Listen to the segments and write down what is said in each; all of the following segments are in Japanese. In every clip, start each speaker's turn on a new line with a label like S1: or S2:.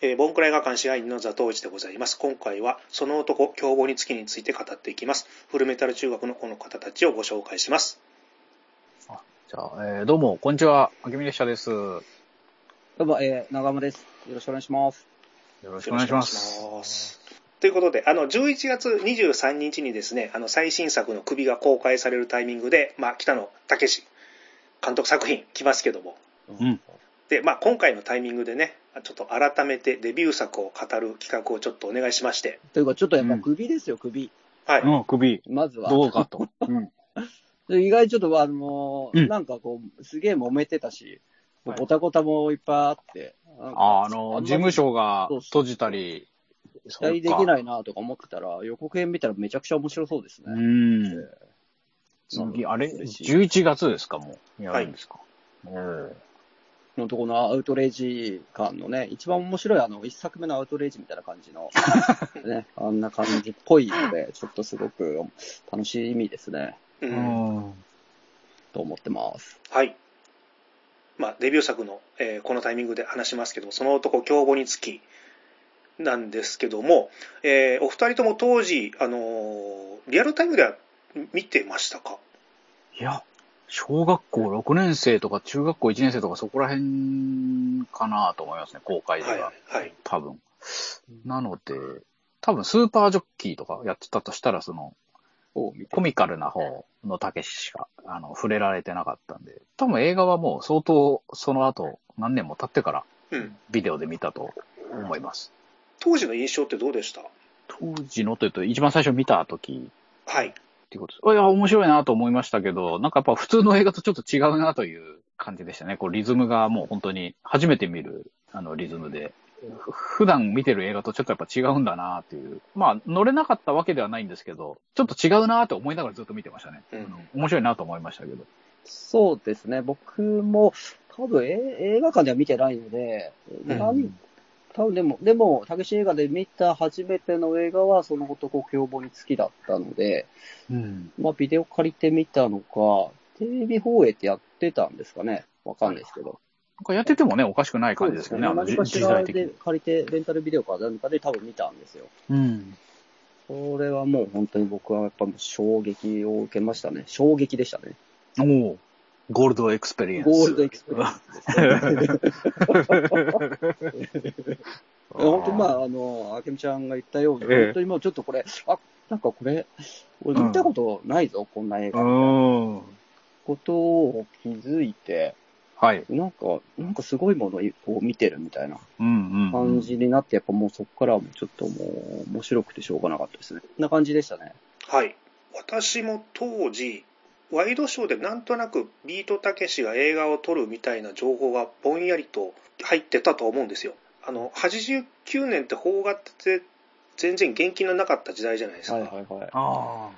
S1: えーボンクラ映画館支配人の座頭市でございます。今回は、その男、凶暴につきについて語っていきます。フルメタル中学のこの方たちをご紹介します。
S2: じゃあ、えーどうも、こんにちは。あけみ列車です。よ
S3: どうも、えー、長山です。よろしくお願いします。
S2: ろ
S1: よ
S2: しくお願いします。
S1: す。ということで、あの、11月23日にですね、あの、最新作の首が公開されるタイミングで、まあ、北野武史監督作品来ますけども、
S2: うん。
S1: で、まあ、今回のタイミングでね、ちょっと改めてデビュー作を語る企画をちょっとお願いしまして、
S3: というか、ちょっとやっ
S2: う
S3: ぱ
S2: ん
S3: 首ですよ、首。
S1: はい。
S2: うん、首、
S3: まずは。
S2: どうか と。うん。
S3: で意外にちょっと、あのー
S2: うん
S3: なんかこう、すげえ揉めてたし、
S2: はい
S3: ボタゴタもいっぱいあって、なんか
S2: あの、事務所が閉じたり、。
S3: 期待できないいなとか思ってたら、予告編見たらめちゃくちゃ面白そうです
S2: う
S3: ね。
S2: ん。
S3: そう
S2: 次、あれ、
S3: 嬉しい
S2: ?11 月ですか、もう。やるんですか。うん
S3: のとこのアウトレイジ感のね、一番面白いあの、一作目のアウトレイジみたいな感じの、 ね、あんな感じっぽいので、ちょっとすごく楽しみですね、
S1: う
S2: うんん。
S3: と思ってます。
S1: はい。まあ、デビュー作の、えーこのタイミングで話しますけども、その男、競合につき、なんですけども、えーお二人とも当時、あのーリアルタイムでは見てましたか
S2: いや、小学校6年生とか中学校1年生とかそこら辺かなと思いますね、公開で
S1: はい
S2: は。。
S1: はい。
S2: 多分。なので、多分スーパージョッキーとかやってたとしたら、その、
S3: お見て
S2: コミカルな方のたけししか、あの、触れられてなかったんで、多分映画はもう相当、その後、何年も経ってから、
S1: うん。
S2: ビデオで見たと思います。
S1: 当時の印象ってどうでした
S2: 当時のというと、一番最初見た時
S1: はい。
S2: っていうことです。いや、面白いなと思いましたけど、なんかやっぱ普通の映画とちょっと違うなという感じでしたね。こう、リズムがもう本当に、初めて見る、あの、リズムで。ふ普段見てる映画とちょっとやっぱ違うんだなっていう。まあ、乗れなかったわけではないんですけど、ちょっと違うなって思いながらずっと見てましたね。
S1: うん
S2: あの面白いなと思いましたけど。
S3: そうですね、僕も、多分え映画館では見てないので、
S1: うん
S3: なん多分でも、でも、たけし映画で見た初めての映画は、その男凶暴につきだったので、
S2: うん。
S3: まあ、ビデオ借りてみたのか、テレビ放映ってやってたんですかね。わかんないですけど。
S2: なんかやっててもね、おかしくない感じですけどね、あの
S3: 何
S2: 時
S3: かし
S2: 時
S3: ら
S2: 代的
S3: で
S2: に。
S3: 借りて、レンタルビデオか何かで多分見たんですよ。
S2: うん。
S3: それはもう本当に僕はやっぱもう衝撃を受けましたね。衝撃でしたね。
S2: おーゴールドエクスペリエンス。
S3: ゴールドエクスペリエンスですね。いや本当にまあ、あの、あけみちゃんが言ったように、
S2: ええ
S3: 本当にもうちょっとこれ、あ、なんかこれ、俺見たことないぞ、こんな映
S2: う
S3: 画。
S2: ん。
S3: ことを気づいて、
S2: はい。
S3: なんか、なんかすごいものを見てるみたいな
S2: うんうんうん。
S3: 感じになって、やっぱもうそこからはもうちょっともう面白くてしょうがなかったですね。こんな感じでしたね。
S1: はい。私も当時、ワイドショーでなんとなくビートたけしが映画を撮るみたいな情報がぼんやりと入ってたと思うんですよ。あの、89年って邦画って全然現金のなかった時代じゃないですか。
S3: はいはいはい。
S2: あ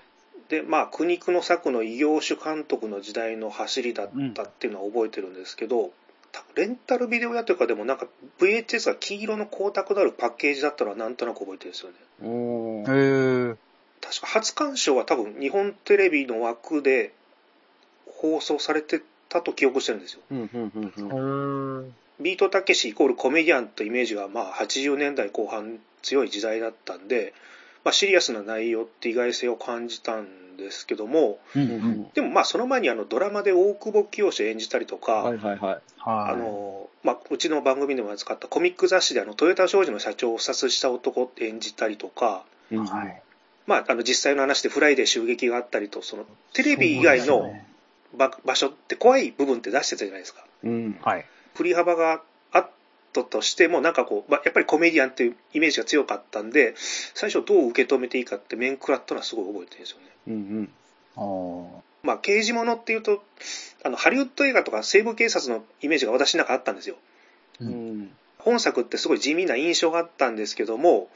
S1: で、まあ、苦肉の策の異業種監督の時代の走りだったっていうのは覚えてるんですけど、たレンタルビデオ屋というかでもなんか VHS が黄色の光沢のあるパッケージだったのはなんとなく覚えてるんですよね。
S3: うーん
S2: あ。。へえ。
S1: 確か初鑑賞は多分日本テレビの枠で放送されてたと記憶してるんですよ。
S3: うんうんうんうん。
S1: ビートたけしイコールコメディアンというイメージがまあ80年代後半強い時代だったんで、まあ、シリアスな内容って意外性を感じたんですけども、
S2: うん
S3: うんうん
S1: でもまあその前にあのドラマで大久保清演じたりとか、
S3: はいはいはい。
S2: はい。
S1: あのまあ、うちの番組でも扱ったコミック雑誌であのトヨタ商事の社長を殺した男って演じたりとか、
S3: うんうん
S2: はい、
S1: まあ、あの実際の話でフライデー襲撃があったりとそのテレビ以外
S2: そう
S1: の
S2: ですね
S1: ば場所って怖い部分って出してたじゃないですか。
S3: うん。
S2: はい。
S1: 振り幅があったとしても、なんかこう、まあ、やっぱりコメディアンっていうイメージが強かったんで、最初どう受け止めていいかって面食らったのはすごい覚えてるんですよね。
S3: うんうん。
S2: あー
S1: まあ、刑事物っていうと、あの、ハリウッド映画とか西部警察のイメージが私の中あったんですよ。
S2: うん
S3: うん。
S1: 本作ってすごい地味な印象があったんですけども、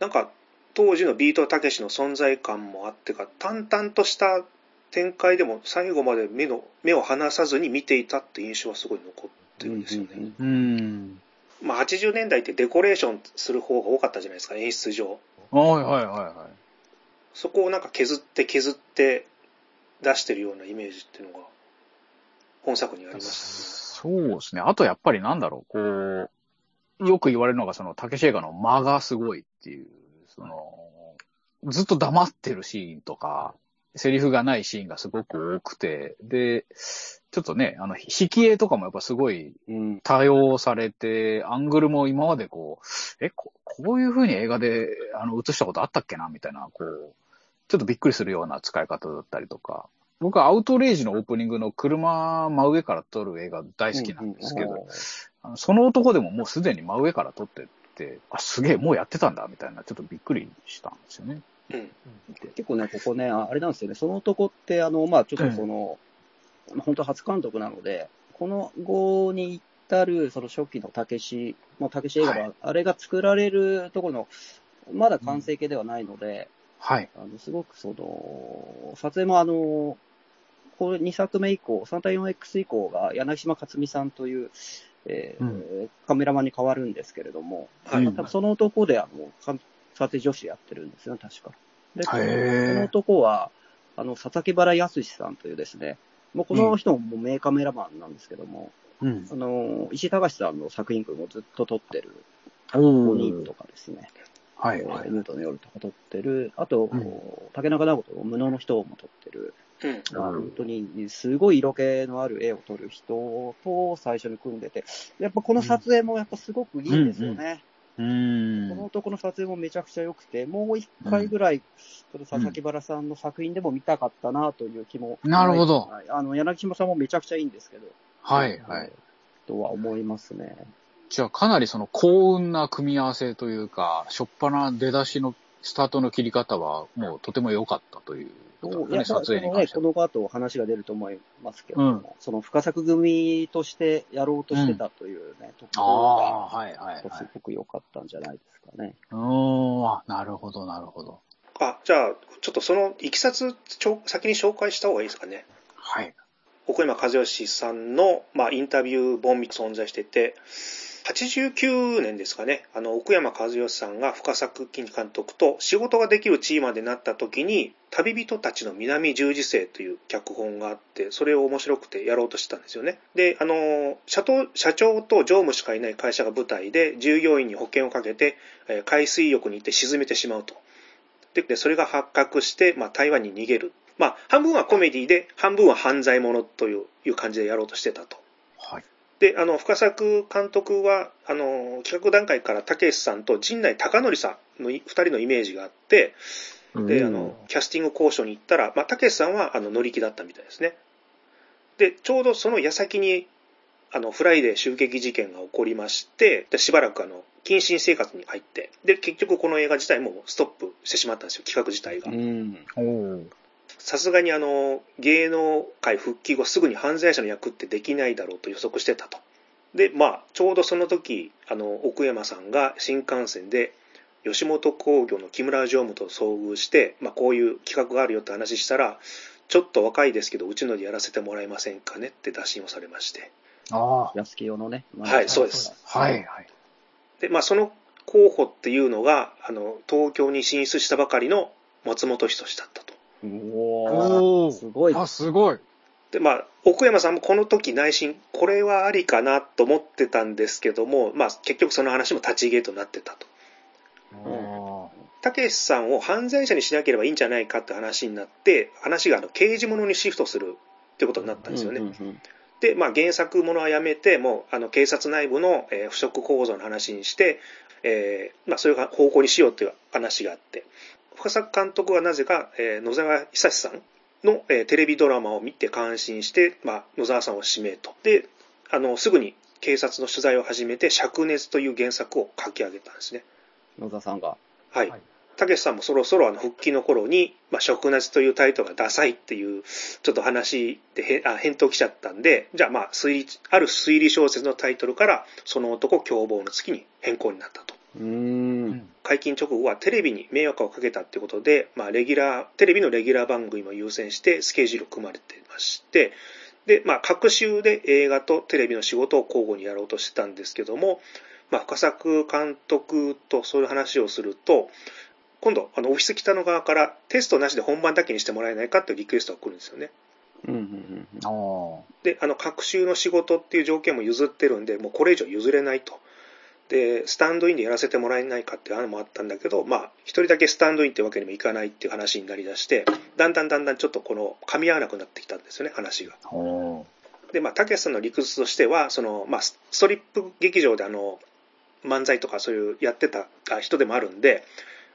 S1: なんか当時のビートたけしの存在感もあってか、淡々とした展開でも最後まで目の目を離さずに見ていたって印象はすごい残ってるんですよね。
S3: うんうんうん
S2: うん。
S1: まあ、80年代ってデコレーションする方が多かったじゃないですか、演出上。
S2: はいはいはいはい。
S1: そこをなんか削って削って出してるようなイメージっていうのが、本作にありまし
S2: そうですね。あとやっぱりなんだろう、こう、よく言われるのが、その、たけし映画の間がすごいっていう、その、ずっと黙ってるシーンとか、セリフがないシーンがすごく多くて、で、ちょっとね、あの、引き絵とかもやっぱすごい
S3: うん。
S2: 多用されて、アングルも今までこう、え、ここういう風に映画であの映したことあったっけなみたいな、こう、ちょっとびっくりするような使い方だったりとか。僕はアウトレイジのオープニングの車真上から撮る映画大好きなんですけど、
S3: うんうん
S2: あのその男でももうすでに真上から撮ってって、あ、すげえ、もうやってたんだ、みたいな、ちょっとびっくりしたんですよね。
S1: うん。
S2: 見て
S3: 結構ね、ここね、ああれなんですよね、その男って、あの、まあちょっとその、まあ本当初監督なので、この後に至る、その初期のたけし、もうたけし映画は、あれが作られるところの、まだ完成形ではないので、
S2: はい。
S3: あの、すごくその、撮影もあの、これ2作目以降、3対 4X 以降が柳島克美さんという、えー
S2: うん
S3: カメラマンに変わるんですけれども、
S1: はい。
S2: うん
S3: 多分その男であのか撮影女子やってるんですよね、確か。で、こ
S2: へー
S3: の男は、あの、佐竹原康さんというですね、もうこの人ももう名カメラマンなんですけども、
S2: うん。
S3: あの、石井隆さんの作品群をずっと撮ってる、
S2: お
S3: 5人とかですね、
S2: は
S3: え
S2: い、はい
S3: ー。ムートの夜とか撮ってる、あと、
S2: うん
S3: 竹中直人の無能の人も撮ってる、
S1: うん。
S2: なるほど
S3: 本当にすごい色気のある絵を撮る人と最初に組んでて、やっぱこの撮影もやっぱすごくいいんですよね。
S2: う
S3: この
S2: ん。
S3: 男の撮影もめちゃくちゃ良くて、もう一回ぐらい、ちょっと佐々木原さんの作品でも見たかったなという気も。
S2: なるほど
S3: はいあの、柳島さんもめちゃくちゃいいんですけど。
S2: はい、はい。。
S3: とは思いますね。
S2: じゃあかなりその幸運な組み合わせというか、初っ端な出だしのスタートの切り方はもうとても良かったということです
S3: いや
S2: ね、撮影に
S3: そのね
S2: 関して
S3: こ
S2: は。
S3: の後話が出ると思いますけれども、その深作組としてやろうとしてたというね、とこ
S2: あ
S3: ろ
S2: あ、はいはいはい
S3: が、。すごく良かったんじゃないですかね。
S2: うーん、あなるほどなるほど。
S1: あ、じゃあ、ちょっとその、いきさつ、ちょ先に紹介した方がいいですかね。
S2: はい。
S1: 奥山和義さんの、まあ、インタビュー本み存在してて、89年ですかね、あの、奥山和義さんが深作金監督と仕事ができるチーマーでなった時に、旅人たちの南十字星という脚本があって、それを面白くてやろうとしてたんですよね。で、あの、社頭社長と常務しかいない会社が舞台で、従業員に保険をかけて、えー海水浴に行って沈めてしまうと。で、でそれが発覚して、まあ、台湾に逃げる。まあ、半分はコメディで、半分は犯罪者といういう感じでやろうとしてたと。
S2: はい。
S1: で、あの、深作監督は、あの、企画段階から武さんと陣内孝則さんのい二人のイメージがあって、で、あの、キャスティング交渉に行ったら、まあ、たけしさんは、あの、乗り気だったみたいですね。で、ちょうどその矢先に、あの、フライデー襲撃事件が起こりまして、でしばらく、あの、謹慎生活に入って、で、結局この映画自体もストップしてしまったんですよ、企画自体が。
S3: ん。
S2: おー
S1: さすがにあの、芸能界復帰後すぐに犯罪者の役ってできないだろうと予測してたと。で、まあ、ちょうどその時、あの、奥山さんが新幹線で、吉本興業の木村常務と遭遇して、まあ、こういう企画があるよって話したら、ちょっと若いですけど、うちのでやらせてもらえませんかねって打診をされまして。
S2: あ
S3: 安清のね。
S1: はいそうです
S2: あ、はい、はい。
S1: で、まあ、その候補っていうのが、あの、東京に進出したばかりの松本人志だったと。
S3: お
S2: おー
S3: ーすごい。
S2: あ、すごい。
S1: で、まあ、奥山さんもこの時内心、これはありかなと思ってたんですけども、まあ、結局その話も立ち消えとなってたと。
S2: お
S1: たけしさんを犯罪者にしなければいいんじゃないかって話になって、話があの刑事ものにシフトするってことになったんですよね。
S3: うんうんうん
S1: で、まあ、原作ものはやめて、もう、あの、警察内部の、えー腐食構造の話にして、えーまあ、そういう方向にしようという話があって、深作監督はなぜか、えー野沢久志さんの、えーテレビドラマを見て感心して、まあ、野沢さんを指名と。で、あの、すぐに警察の取材を始めて、灼熱という原作を書き上げたんですね。
S3: 野田さんが。
S1: はい
S2: はい。
S1: たけしさんもそろそろあの復帰の頃に、まあ、食なしというタイトルがダサいっていう、ちょっと話でへあ返答来ちゃったんで、じゃあまあ推理、ある推理小説のタイトルから、その男凶暴の月に変更になったと。
S3: うーん。
S1: 解禁直後はテレビに迷惑をかけたってことで、まあ、レギュラー、テレビのレギュラー番組も優先してスケジュール組まれてまして、で、まあ、各週で映画とテレビの仕事を交互にやろうとしてたんですけども、まあ、深作監督とそういう話をすると、今度、あの、オフィス北の側からテストなしで本番だけにしてもらえないかっていうリクエストが来るんですよね。
S3: うんうんうんうん
S2: お
S1: で、あの、各週の仕事っていう条件も譲ってるんで、もうこれ以上譲れないと。で、スタンドインでやらせてもらえないかっていう案もあったんだけど、まあ、一人だけスタンドインってわけにもいかないっていう話になりだして、だんだんだんだんちょっとこの、噛み合わなくなってきたんですよね、話が。
S2: おー
S1: で、まあ、たけしさんの理屈としては、その、まあ、スストリップ劇場であの、漫才とかそういうやってたあ人でもあるんで、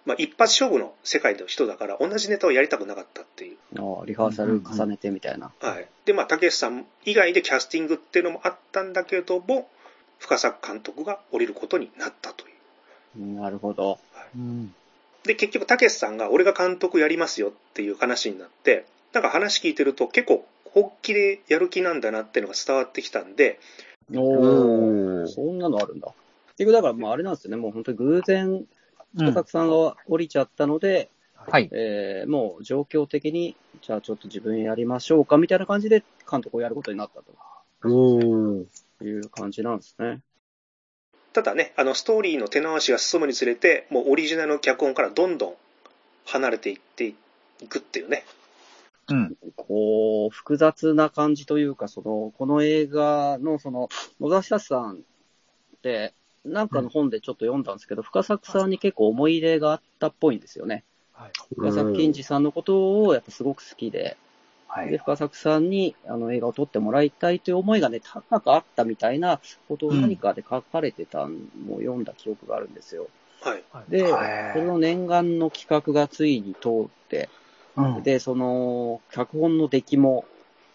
S1: まあ、一発勝負の世界の人だから、同じネタをやりたくなかったっていう。
S3: ああリハーサル重ねてみたいな。
S1: はい。で、まあ、たけしさん以外でキャスティングっていうのもあったんだけども、深作監督が降りることになったという。
S3: なるほど。
S2: うん。
S1: で、結局、たけしさんが、俺が監督やりますよっていう話になって、なんか話聞いてると結構、本気でやる気なんだなっていうのが伝わってきたんで、
S3: おお。そんなのあるんだ。結局だから、まああれなんですよね。もう本当に偶然、
S2: うん
S3: 深作さんが降りちゃったので、
S2: はい。
S3: えーもう状況的に、じゃあちょっと自分やりましょうか、みたいな感じで監督をやることになった
S4: うん。
S3: という感じなんですね。
S1: ただね、あの、ストーリーの手直しが進むにつれて、もうオリジナルの脚本からどんどん離れていっていくっていうね。
S2: うん。
S3: こう、複雑な感じというか、その、この映画の、その、野田久志さんって、なんかの本でちょっと読んだんですけど、深作さんに結構思い入れがあったっぽいんですよね。深作金次さんのことをやっぱすごく好きで、
S2: は
S3: で、
S2: い。
S3: 深作さんにあの映画を撮ってもらいたいという思いがね、高くあったみたいなことを何かで書かれてたのを読んだ記憶があるんですよ。
S1: はい。
S3: で、
S2: へ
S3: そ
S2: ー
S3: れの念願の企画がついに通って、
S2: うん
S3: で、その、脚本の出来も、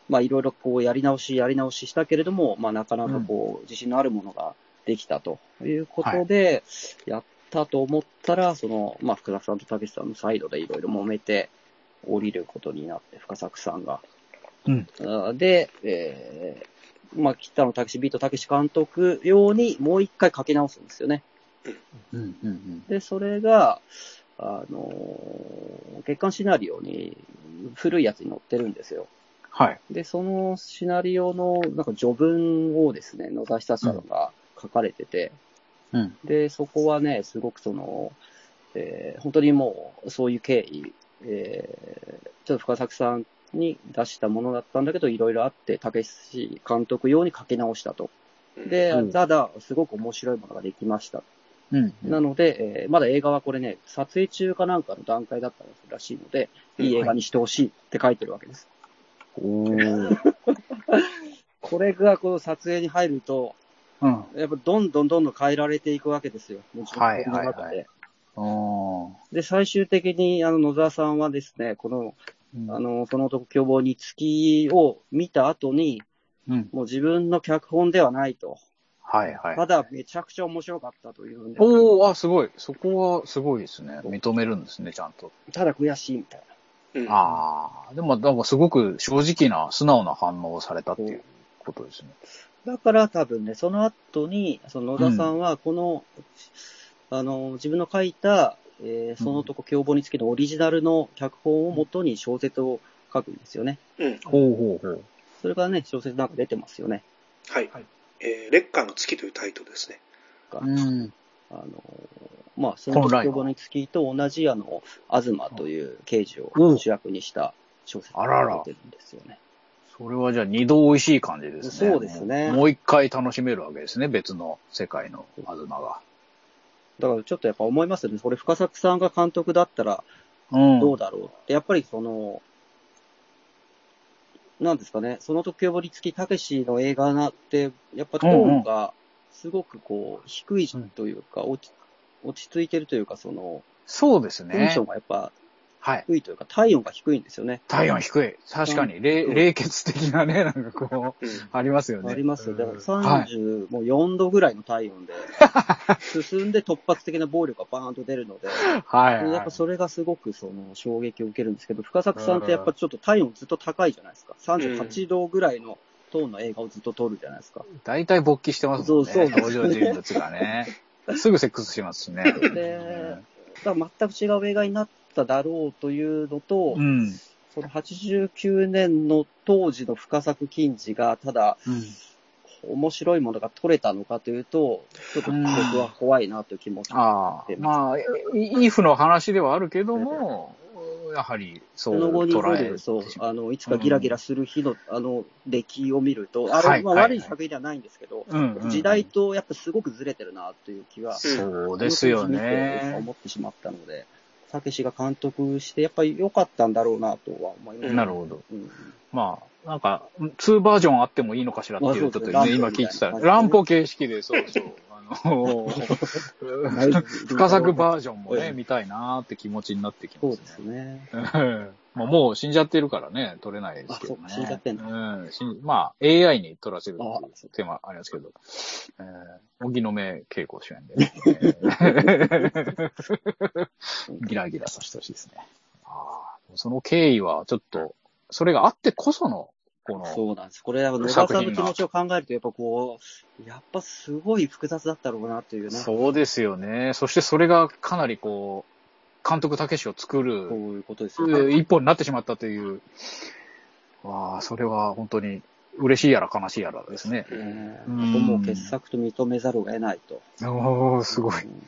S3: まあ、いろいろこう、やり直し、やり直ししたけれども、まあ、なかなかこう、自信のあるものができたということで、やったと思ったら、その、まあ、福田さんと武さんのサイドでいろいろ揉めて、降りることになって、深作さんが。
S2: うん
S3: あーで、えー、まあ、北野武ビート武監督用に、もう一回書き直すんですよね。
S2: うんうんうん。
S3: で、それが、あの、月間シナリオに古いやつに載ってるんですよ。
S2: はい。
S3: で、そのシナリオのなんか序文をですね、野田久志さんが書かれてて、
S2: うん。
S3: で、そこはね、すごくその、えー本当にもう、そういう経緯、えーちょっと深作さんに出したものだったんだけど、いろいろあって、武志監督用に書き直したと。
S1: うん、
S3: で、
S4: うん
S3: ただ、すごく面白いものができました
S2: うんうん。
S3: なので、えーまだ映画はこれね、撮影中かなんかの段階だったらしいので、いい映画にしてほしいって書いてるわけです。
S4: うん。
S3: これがこの撮影に入ると、
S2: うん。
S3: やっぱどんどんどんどん変えられていくわけですよ。もう自分の中で
S2: はいはいはおー
S3: で、最終的にあの野沢さんはですね、この、
S2: うん
S3: あの、その男凶暴に月を見た後に、
S2: うん。
S3: もう自分の脚本ではないと。
S2: はいはい。
S3: ただ、めちゃくちゃ面白かったというんで、
S2: おおあ、すごい。そこはすごいですね。認めるんですね、ちゃんと。
S3: ただ悔しいみたいな。
S1: うん、
S2: ああ、でも、なんかすごく正直な、素直な反応をされたっていうことですね。
S3: だから多分ね、その後に、その野田さんは、この、あの、自分の書いた、えーそのとこ凶暴につきのオリジナルの脚本をもとに小説を書くんですよね。
S1: うん。
S2: ほうほうほう。
S3: それがね、小説なんか出てますよね。
S1: はい。
S2: はい
S1: えー、烈火の月というタイトルですね。
S2: うん。
S3: あの、まあ、そのとこ凶暴につきと同じ、あの、東という刑事を主役にした小説
S2: あらら
S3: が出てるんですよね。
S2: それはじゃあ二度美味しい感じですね。
S3: そうですね
S2: もうもう一回楽しめるわけですね、別の世界の東が。
S3: だからちょっとやっぱ思いますよね。それ深作さんが監督だったら、
S2: うん。
S3: どうだろうって、やっぱりその、なんですかね、その時計り付きたけしの映画なって、やっぱトーンがすごくこう、低いというか、落ち落ち着いてるというか、その、
S2: そうです
S3: テン
S2: ね
S3: ション。がやっぱ
S2: はい。
S3: 低いというか、体温が低いんですよね。
S2: 体温低い。確かに、冷冷血的なね、なんかこう、
S1: うん。
S2: ありますよね。
S3: ありますよ。だから
S2: はい
S3: 30、もう4度ぐらいの 体温で、進んで突発的な暴力がバーンと出るので、
S2: はい、はい。
S3: やっぱそれがすごくその衝撃を受けるんですけど、深作さんってやっぱちょっと体温ずっと高いじゃないですか。38度ぐらいのトーンの映画をずっと撮るじゃないですか。
S2: 大体勃起してますもんね。
S3: そうそう
S2: 登場人物が ね。すぐセックスしますしね。
S3: で、だから全く違う映画になっただろうというのと、
S2: うん。
S3: その89年の当時の深作金次が、ただ
S2: うん。
S3: 面白いものが撮れたのかというと、ちょっと僕は怖いなという気持ち。
S2: ああ、まあ、イイフの話ではあるけども、やはり、そ、
S3: そうの後に
S2: 捉
S3: 見
S2: え
S3: る、
S2: て
S3: そう
S2: し、ま
S3: あの、いつかギラギラする日の、あの、出来を見ると、あれ、
S2: はい
S3: まあ
S2: はい
S3: 悪い作品ではないんですけど、
S2: う。うんうんうん
S3: 時代とやっぱすごくずれてるな、という気は、
S2: そうですよ
S3: この作品見て
S2: ね。
S3: 思ってしまったので、たけしが監督して、やっぱり良かったんだろうな、とは思います。
S2: なるほど。
S3: うん
S2: まあ、なんか、2バージョンあってもいいのかしらっていう、ちょっと
S3: まあそ
S2: ね、
S3: うですね
S2: 今聞いてたら、
S3: ラ
S2: ラ
S3: ン
S2: ン
S3: ポ
S2: ポ形式で、そうそう。あ の、
S3: 大丈夫
S2: 深作バージョンもね、
S3: うん
S2: 見たいなーって気持ちになってき
S3: そ
S2: ま
S3: う
S2: す
S3: です
S2: ね。
S3: ね。
S2: うんまあもう死んじゃってるからね、取れないですけどね。
S3: あそうか死んじゃってん
S2: うん。死んまあ、AI に取らせるってい
S3: あ
S2: うテーマありますけど、えー、荻野目恵子主演 で、えーギラギラさせてほしいですね。あーその経緯はちょっと、それがあってこその、この、
S3: そうなんです。これ、あの野田さんの気持ちを考えると、やっぱこう、やっぱすごい複雑だったろうな、というね。
S2: そうですよね。そしてそれがかなりこう、監督たけしを作る
S3: こういうことですよね。
S2: 一本になってしまったという、わあ、それは本当に嬉しいやら悲しいやらですね。
S3: ねえ
S2: うん
S3: もう傑作と認めざるを得ないと。
S2: おー、すごい。
S3: うん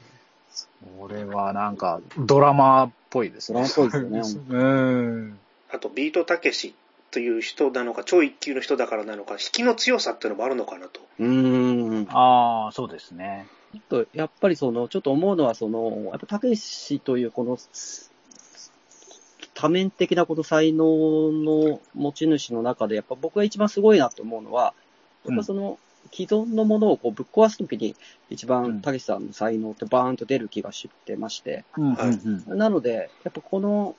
S2: これはなんか、ドラマっぽいです
S3: ドラ
S2: ね
S3: マ。っぽいです よね。
S2: うん。
S1: あと、ビートたけしという人なのか、超一級の人だからなのか、引きの強さっていうのもあるのかなと。
S3: うーん。ちょ
S2: ああ、そうですね。
S3: っと、やっぱりその、ちょっと思うのは、その、やっぱ、たけしという、この、多面的なこの才能の持ち主の中で、やっぱ僕が一番すごいなと思うのは、やっぱその、既存のものをこうぶっ壊すときに、一
S2: う
S3: 番
S2: ん
S3: たけしさんの才能ってバーンと出る気がしてまして、
S2: うん、
S1: はい
S2: うん、
S3: なので、やっぱこの、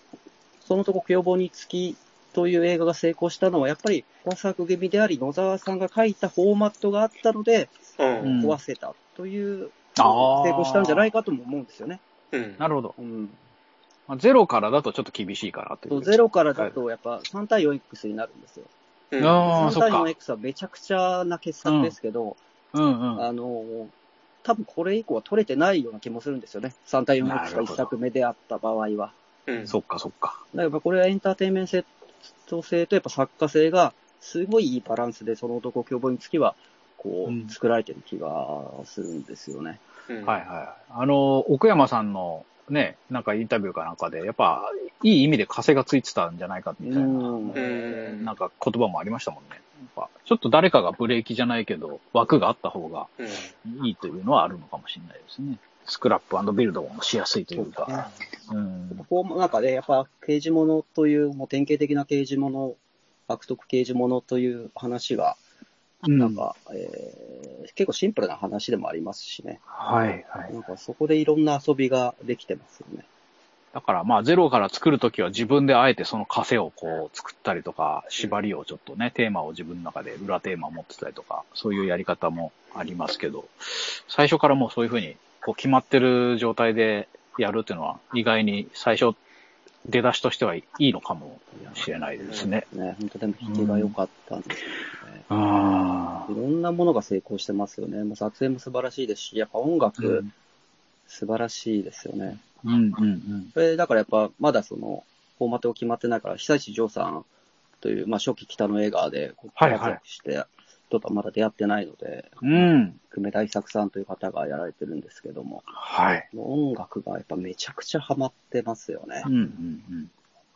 S3: そのとこ要望につきという映画が成功したのは、やっぱり、小作組であり、野沢さんが書いたフォーマットがあったので、
S1: う。
S2: うんん
S3: 壊せたという、
S2: あー
S3: 成功したんじゃないかとも思うんですよね。
S1: うん。
S2: なるほど。
S3: うん。
S2: まあゼロからだとちょっと厳しいかなとい
S3: そう
S2: う。
S3: ゼロからだと、やっぱ3対 4X になるんですよ。
S1: うん
S2: あー
S3: 3
S2: そっ
S3: 対
S2: か
S3: 4X はめちゃくちゃな傑作ですけど、
S2: うんうん。
S3: あの、多分これ以降は取れてないような気もするんですよね。3対 4X が
S2: なるほど
S3: 1作目であった場合は。だか
S1: うん。
S2: そっかそっか。
S3: らやっぱこれはエンターテインメント性とやっぱ作家性が、すごいいいバランスで、その男凶暴につきは、こ
S2: うん
S3: う、作られてる気がするんですよね。
S1: うん
S2: はいはい。あの、奥山さんのね、なんかインタビューかなんかで、やっぱ、いい意味で枷がついてたんじゃないかみたいな、
S3: うん
S2: えーなんか言葉もありましたもんね。やっぱちょっと誰かがブレーキじゃないけど、枠があった方が
S1: うん
S2: いいというのはあるのかもしれないですね。スクラップビルドもしやすいという
S3: そう
S2: か。うん。
S3: こう、なんかね、やっぱ刑事物という、もう典型的な刑事物、悪徳刑事物という話は、なんか、えー結構シンプルな話でもありますしね。
S2: はいはい。
S3: なんかそこでいろんな遊びができてますよね。
S2: だからまあゼロから作るときは自分であえてその枷をこう作ったりとか、縛りをちょっとね、テーマを自分の中で裏テーマ持ってたりとか、そういうやり方もありますけど、最初からもうそういうふうにこう決まってる状態でやるっていうのは意外に最初出だしとしてはいいのかもしれないですね。
S3: ね、本当でも引きが良かったんですよね。
S2: あ
S3: いろんなものが成功してますよね。もう撮影も素晴らしいですし、やっぱ音
S2: あ。う
S3: 楽
S2: ん
S3: 素晴らしいですよね。
S2: うんうん
S3: これだからやっぱまだその、フォーマットが決まってないから、久石譲さんという、まあ初期北の映画でこう
S2: はい
S3: 活
S2: はい
S3: 躍して、とかまだ出会ってないので、
S2: うん。うん。
S3: 久米大作さんという方がやられてるんですけども、
S2: はい。
S3: 音楽がやっぱめちゃくちゃハマってますよね
S2: うん。うん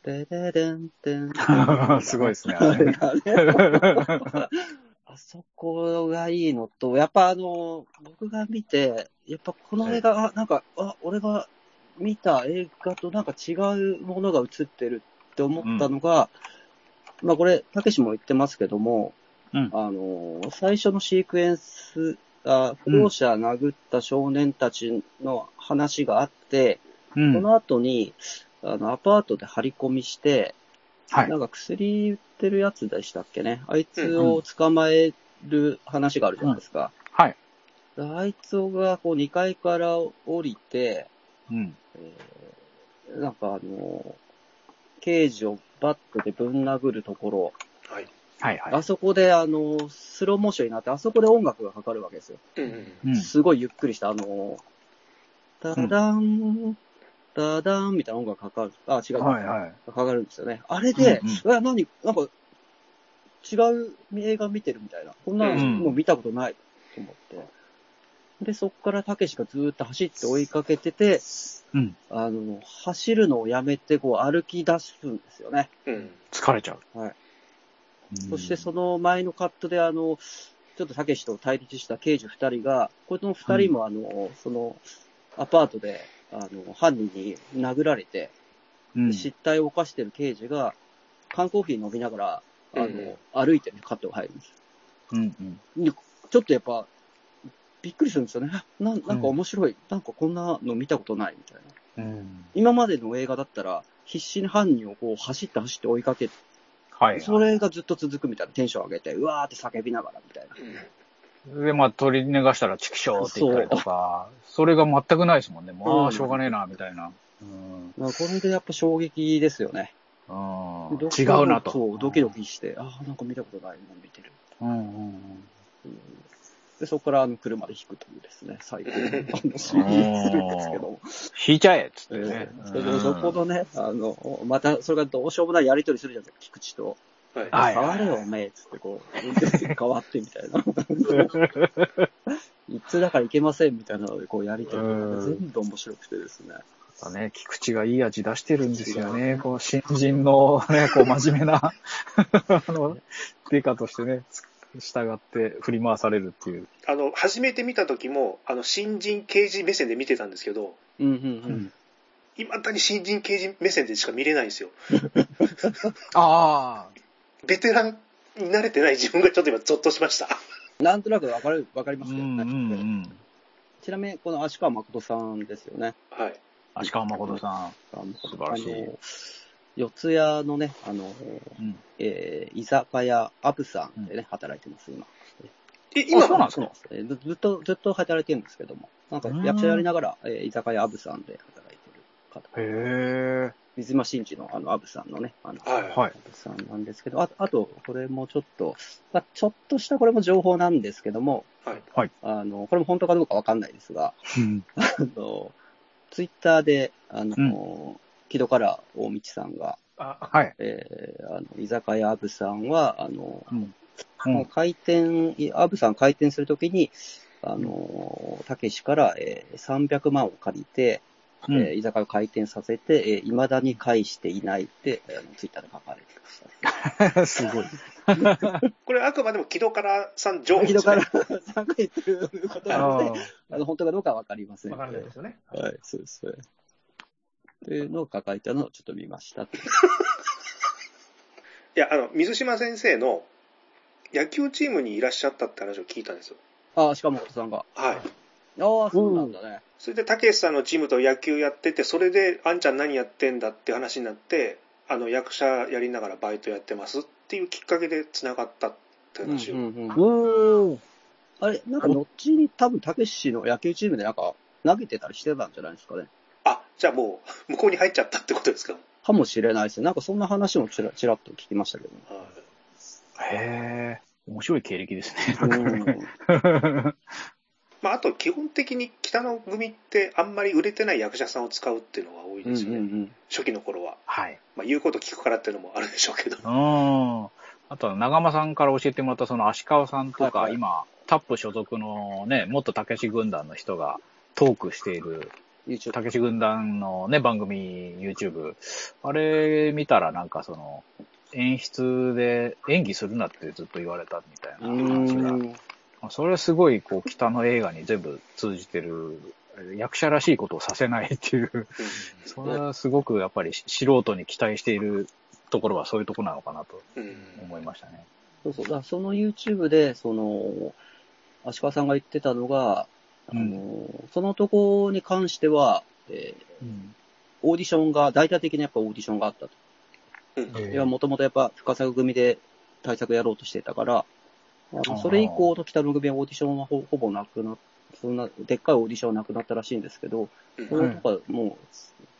S3: でででんでん。
S2: うん。 すごいですね。あ れ
S3: あれ あそこがいいのと、やっぱあの、僕が見て、やっぱこの映画、あ、なんか、あ、俺が見た映画となんか違うものが映ってるって思ったのが、まあこれ、たけしも言ってますけども、
S2: うん
S3: あの、最初のシークエンス、あ不老者殴った少年たちの話があって、
S2: うん
S3: その後に、あの、アパートで張り込みして、
S2: はい
S3: な。んか薬売ってるやつでしたっけね。あいつを捕まえる話があるじゃないですか。
S2: はい。
S3: あいつがこう2階から降りて、
S2: うん。
S3: えーなんかあの、刑事をバットでぶん殴るところ、
S1: はい。
S2: はいは
S3: あそこであの、スローモーションになって、あそこで音楽がかかるわけですよ。
S1: うんうん
S2: い。うん。
S3: すごいゆっくりした、あの、ダダン、ダダンみたいな音楽がかかる。あ、違う。
S2: はいはい。
S3: かかるんですよね。あれで、
S2: うんうん
S3: うわ、何、なんか、違う映画見てるみたいな。こんな
S2: うん
S3: の見たことないと思って。で、そっからたけしがずーっと走って追いかけてて、
S2: うん
S3: あの、走るのをやめて、こう、歩き出すんですよね。
S1: うん。
S2: 疲れちゃう。
S3: はい
S2: うん。
S3: そしてその前のカットで、あの、ちょっとたけしと対立した刑事二人が、この二人も、あの、その、アパートで、あの、犯人に殴られて、
S2: うん、
S3: 失態を犯してる刑事が、缶コーヒー飲みながら、あの、
S1: うん
S3: 歩いてね、カットが入るんです。
S2: うんうん。
S3: でちょっとやっぱ、びっくりするんですよね。あなんなんか面白い、なんかこんなの見たことないみたいな。
S2: うん。
S3: 今までの映画だったら、必死に犯人をこう走って走って追いかけて、
S2: はい。
S3: それがずっと続くみたいな、テンション上げて、うわーって叫びながらみたいな。
S2: で、まあ、取り逃したらチキショーって言ったりとか、それが全くないですもんね。もう、あ
S3: う
S2: あ、
S3: ん
S2: しょうがねえな、みたいな。うん。
S3: まあこれでやっぱ衝撃ですよね。
S2: あ
S3: ど
S2: ー違うなと。
S3: そう、ドキドキして、あーなんか見たことないもの見てる。
S2: うんうん
S3: うんで、そこからあの車で引くというですね、最後のあのシ
S2: うん
S3: ーンするんですけども。
S2: 引いちゃえっつってね。
S3: それでそこのね、あの、また、それがどうしようもないやりとりするじゃないですか、菊池と。
S1: はい。
S2: あはい
S3: 変われよ、おめえ、つってこう、変わってみ たいな。いつだからいけません、みたいなので、こうやりとりが
S2: うん
S3: 全部面白くてですね。
S2: だね、菊池がいい味出してるんですよね。こう、新人の、ね、こう、真面目な、 あの、デカとしてね、従って振り回されるっていう。
S1: あの、初めて見た時も、あの、新人刑事目線で見てたんですけど、
S3: うんうん
S1: いまだに新人刑事目線でしか見れないんですよ。
S2: あ
S1: ベテランに慣れてない自分がちょっと今ゾッとしました。
S3: うん。なんとなくわかる、わかり
S2: あ。う
S3: ま
S2: んう
S3: すけど
S2: んう
S3: ね。
S2: ん。
S3: ちなみに、この足川誠さんですよね。
S1: はい。
S2: 足川誠さ
S3: あの
S2: 素晴らしい
S3: あの四谷のね、あの、
S2: ん。うん。
S3: えー居酒屋アブさんでね、働いてます、今。
S1: え、今
S2: あそう
S1: も
S2: なんですか
S3: えーずずっと、ずっと働いてるんですけども。なんか、役者やりながら、えー居酒屋アブさんで働いてる方。
S2: へえ。
S3: 水間真司のあの、アブさんのね、あの、
S1: はい
S2: はい
S3: ア。ブさんなんですけど、ああと、これもちょっと、まあ、ちょっとしたこれも情報なんですけども、
S1: はい。
S3: あの、これも本当かどうかわかんないですが、 あの、ツイッターで、あの、木戸から大道さんが、
S2: あはい。
S3: えーあの、居酒屋アブさんは、あの、
S2: うん。
S3: もう回転、いアブさん回転するときに、あの、たけしから、えー300万を借りて、
S2: うん
S3: えー居酒屋を回転させて、えー、未だに返していないって、えーツイッターで書かれてましたね。
S2: すごい。
S1: これあくまでも木戸からさん情報
S3: 木
S1: で
S3: 戸
S1: すね
S3: から。 さんが言ってることなので、あの、本当かどうかはわかりません。
S2: すよね。
S3: はい、そうです。はいっていうのを書かれたのをちょっと見ました。
S1: いや、あの、水島先生の野球チームにいらっしゃったって話を聞いたんですよ。
S3: ああ、しかも、さんが。
S1: はい。
S3: ああ、そうなんだね。
S1: それで、たけしさんのチームと野球やってて、それで、あんちゃん何やってんだって話になって、あの、役者やりながらバイトやってますっていうきっかけで繋がったって
S3: うん
S1: 話を。
S3: うんうん
S4: うん。
S3: あれ、なんか、後に多分、たけしの野球チームでなんか、投げてたりしてたんじゃないですかね。
S1: あ、じゃあもう、 向こうに入っちゃったってことですか。
S3: かもしれないですね。なんか、そんな話もちらちらっと聞きましたけどね。
S2: へえ。面白い経歴ですね。
S3: うん
S1: まあ、あと、基本的に北の組って、あんまり売れてない役者さんを使うっていうのが多い
S3: うんう
S1: ですよね。
S3: ん
S1: 初期の頃は。
S2: はい。
S1: まあ、言うこと聞くからっていうのもあるでしょうけど。
S2: うん。あとは、長間さんから教えてもらった、その、足川さんと
S3: はい
S2: か、
S3: はい
S2: 今、タップ所属のね、もっとたけし軍団の人がトークしている、
S3: うん。YouTube。
S2: たけし軍団のね、番組、YouTube。あれ見たら、なんかその、演出で演技するなってずっと言われたみた
S3: う
S2: いな話が。
S3: ん。
S2: まあそれはすごい、こう、北の映画に全部通じてる、役者らしいことをさせないっていう、それはすごくやっぱり素人に期待しているところはそういうところなのかなと
S1: うん。うん
S2: 思いましたね。
S3: そうそう。だからその YouTube で、その、足川さんが言ってたのが、あのそのとこに関しては、えー
S2: うん。
S3: オーディションが、大体的にやっぱオーディションがあったと。
S1: うん
S3: いや、もともとやっぱ深作組で対策やろうとしてたから、あのそれ以降の北の組はオーディションはほほぼなくなそんな、でっかいオーディションはなくなったらしいんですけど、こ
S1: うん
S3: れとかも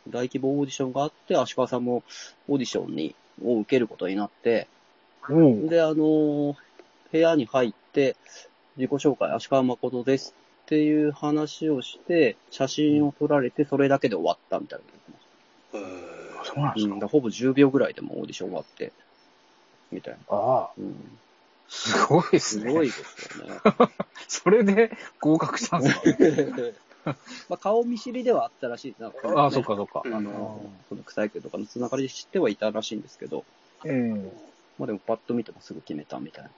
S3: う、大規模オーディションがあって、足川さんもオーディションに、を受けることになって、
S2: うん。
S3: で、あのー部屋に入って、自己紹介、足川誠ですっていう話をして、写真を撮られて、それだけで終わったみたいな。
S2: そうなんで
S3: う
S2: す
S3: ん、
S2: か
S3: だ。からほぼ10秒ぐらいでもうオーディション終わって、みたいな。
S2: ああ、
S3: うん、
S2: すごいです
S3: す
S2: ね。
S3: ごいですよね。
S2: それで合格したんですか
S3: いまあ、顔見知りではあったらしいですなんかこの
S2: ああ、
S3: ね
S2: そっかそっか。
S1: うん
S3: あの、その草野球とかのつながりで知ってはいたらしいんですけど、
S2: うん。
S3: まあでもパッと見てもすぐ決めたみたいな。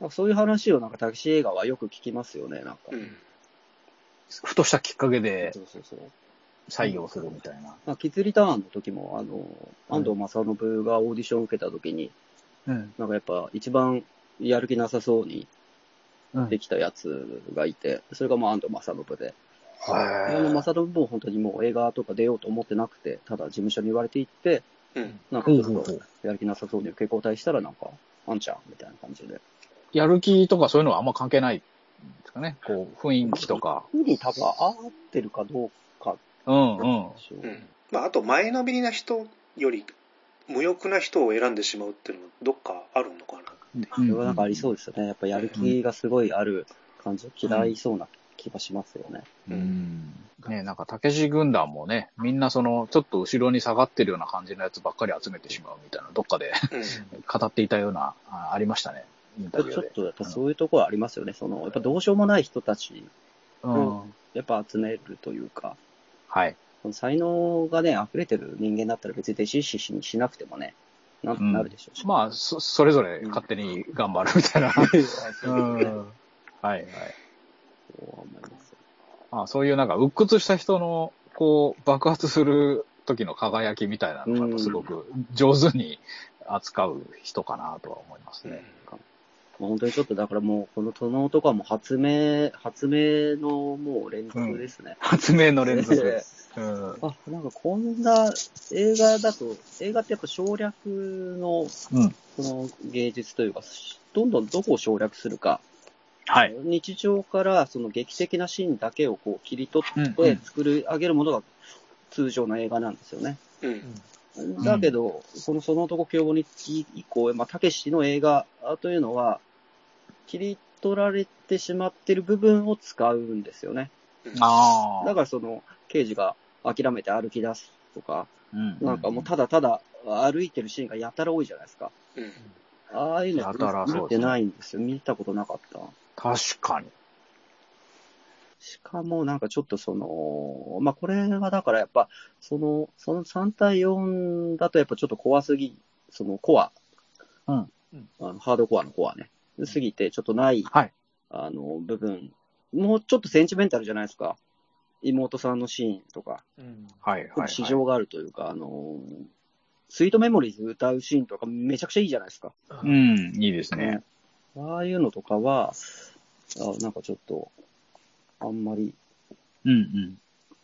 S3: なんかそういう話をなんかタクシー映画はよく聞きますよね、なんか。
S1: うん
S2: ふとしたきっかけで
S3: そうそうそう。
S2: 採用するみたいな。
S3: まあ、キッズリターンの時も、あの、安藤正信がオーディションを受けた時に、
S2: うん。
S3: なんかやっぱ一番やる気なさそうに
S2: うん
S3: できたやつがいて、それがまあ安藤正信で。
S2: は
S3: あの正信も本当にもう映画とか出ようと思ってなくて、ただ事務所に言われて行って、
S1: うん
S3: なんか
S2: ほ
S3: ち
S2: う
S3: ょ
S2: ほう
S3: っ
S2: ほ
S3: と
S2: う。
S3: やる気なさそうに受け交代したらなんか、あんちゃんみたいな感じで。
S2: やる気とかそういうのはあんま関係ないんですかね。こう、雰囲気とか。
S3: 本人多分合ってるかどうか
S2: うんうん。
S3: でしょう。
S1: うんまあ、あと前のめりな人より無欲な人を選んでしまうっていうのもどっかあるのかな
S3: それはなんかありそうですよね。やっぱやる気がすごいある感じを嫌いそうな気がしますよね。
S1: う
S2: ねなんか、たけし軍団もね、みんなその、ちょっと後ろに下がってるような感じのやつばっかり集めてしまうみたいな、どっかで語っていたような、あありましたね、インタビュ
S3: ちょ
S2: ー
S3: っ
S2: で。
S3: とやっぱそういうところありますよね。その、やっぱどうしようもない人たち、
S2: うん。
S3: やっぱ集めるというか、
S2: はい。
S3: その才能がね、溢れてる人間だったら別に弟子視ししなくてもね、なんとかなるでしょうし。
S2: まあ、そ、それぞれ勝手に頑張るみたいな。うん。 はいはい。
S3: そうは思います。
S2: あそういうなんか、鬱屈した人の、こう、爆発する時の輝きみたいなのが、やっぱすごく上手に扱う人かなとは思いますね。
S3: まあ本当にちょっとだからもう、この、その男はもう発明、発明のもう連続ですね。
S2: 発明の連続。うん。
S3: あ、なんかこんな映画だと、映画ってやっぱ省略の、
S2: うん
S3: その芸術というか、どんどんどこを省略するか、
S2: はい。
S3: 日常からその劇的なシーンだけをこう切り取
S2: うん
S3: っ
S2: う
S3: て
S2: ん
S3: 作り上げるものが通常の映画なんですよね。
S1: うん
S3: だけど、このその男凶暴に以降、まあ、たけしの映画というのは、切り取られてしまってる部分を使うんですよね。
S2: ああ。
S3: だからその、刑事が諦めて歩き出すとか、なんかもう
S2: た、
S3: ただただ歩いてるシーンがやたら多いじゃないですか。
S1: うん
S3: ああいうの
S2: やたらそうで
S3: 見て
S2: すね
S3: ないんですよ。見たことなかった。
S2: 確かに。
S3: しかもなんかちょっとその、まあこれはだからやっぱ、その、その3対4だとやっぱちょっと怖すぎ、そのコア、
S2: うん
S3: あのハードコアのコアね、すぎてちょっとない、
S2: はい
S3: あの部分、もうちょっとセンチメンタルじゃないですか。妹さんのシーンとか、
S2: はいはい、はい。
S3: 市場があるというか、あの、スイートメモリーズ歌うシーンとかめちゃくちゃいいじゃないですか。
S2: うん、いいですね。
S3: ああいうのとかは、あなんかちょっと、あんまり、
S2: うんうん。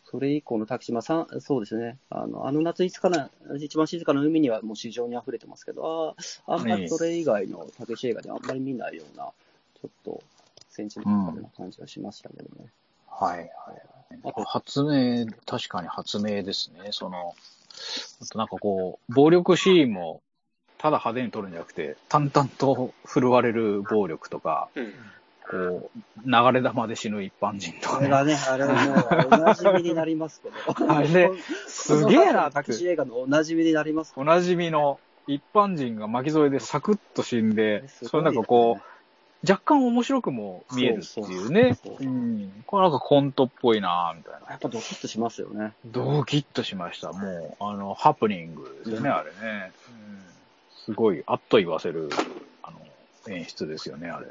S3: それ以降のタクシー、まあさん、そうですね。あの、あの夏いつかな、一番静かな海にはもう市場に溢れてますけど、ああ、あんまりそれ以外のタケシ映画ではあんまり見ないような、ちょっと、センチメンタルな感じがしましたけどね。
S2: はいはい。
S3: あと
S2: 発明、確かに発明ですね。その、あとなんかこう、暴力シーンも、ただ派手に撮るんじゃなくて、淡々と振るわれる暴力とか、
S1: うん
S2: こう、流れ玉で死ぬ一般人とか
S3: あれ
S2: ね。
S3: がね、あれはもう、おなじみになりますけ ど。
S2: あれ、すげえな、
S3: タ
S2: タ
S3: ク
S2: ク
S3: シー映画のおなじみになりますけど
S2: おなじみの一般人が巻き添えでサクッと死んで、それなんかこう、若干面白くも見えるっていうね。
S3: そうそ
S2: う。
S3: うそうん
S2: これなんかコントっぽいなぁみたいな。
S3: やっぱドキッとしますよね。
S2: ドキッとしました。もう、あの、ハプニングですよね、
S3: うん
S2: あれね。うん。すごい、あっと言わせる、あの、演出ですよね、あれ。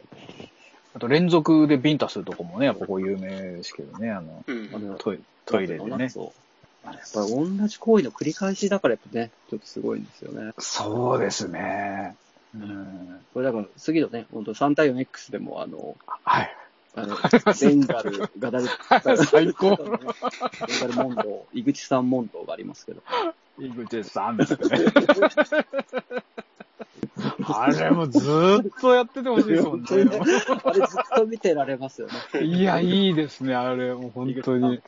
S2: あと、連続でビンタするとこもね、やっぱこう有名ですけどね、あの、
S1: うん
S3: あの
S2: トイトイレでね。
S3: そう。やっぱり同じ行為の繰り返しだからやっぱね、ちょっとすごいんですよね。
S2: そうですね。うん。
S3: これだから、次のね、本当3対 4X でも、あの、
S2: はい。
S3: あ の、ベンガル、ガダル、
S2: 最高
S3: ベンガル問答、井口さん問答がありますけど。
S2: 井口さんですね。 あれもずーっとやっててほしいですもん
S3: 本当にね
S2: ね。
S3: あれずっと見てられますよね。
S2: いや、いいですね、あれ、もう本当に。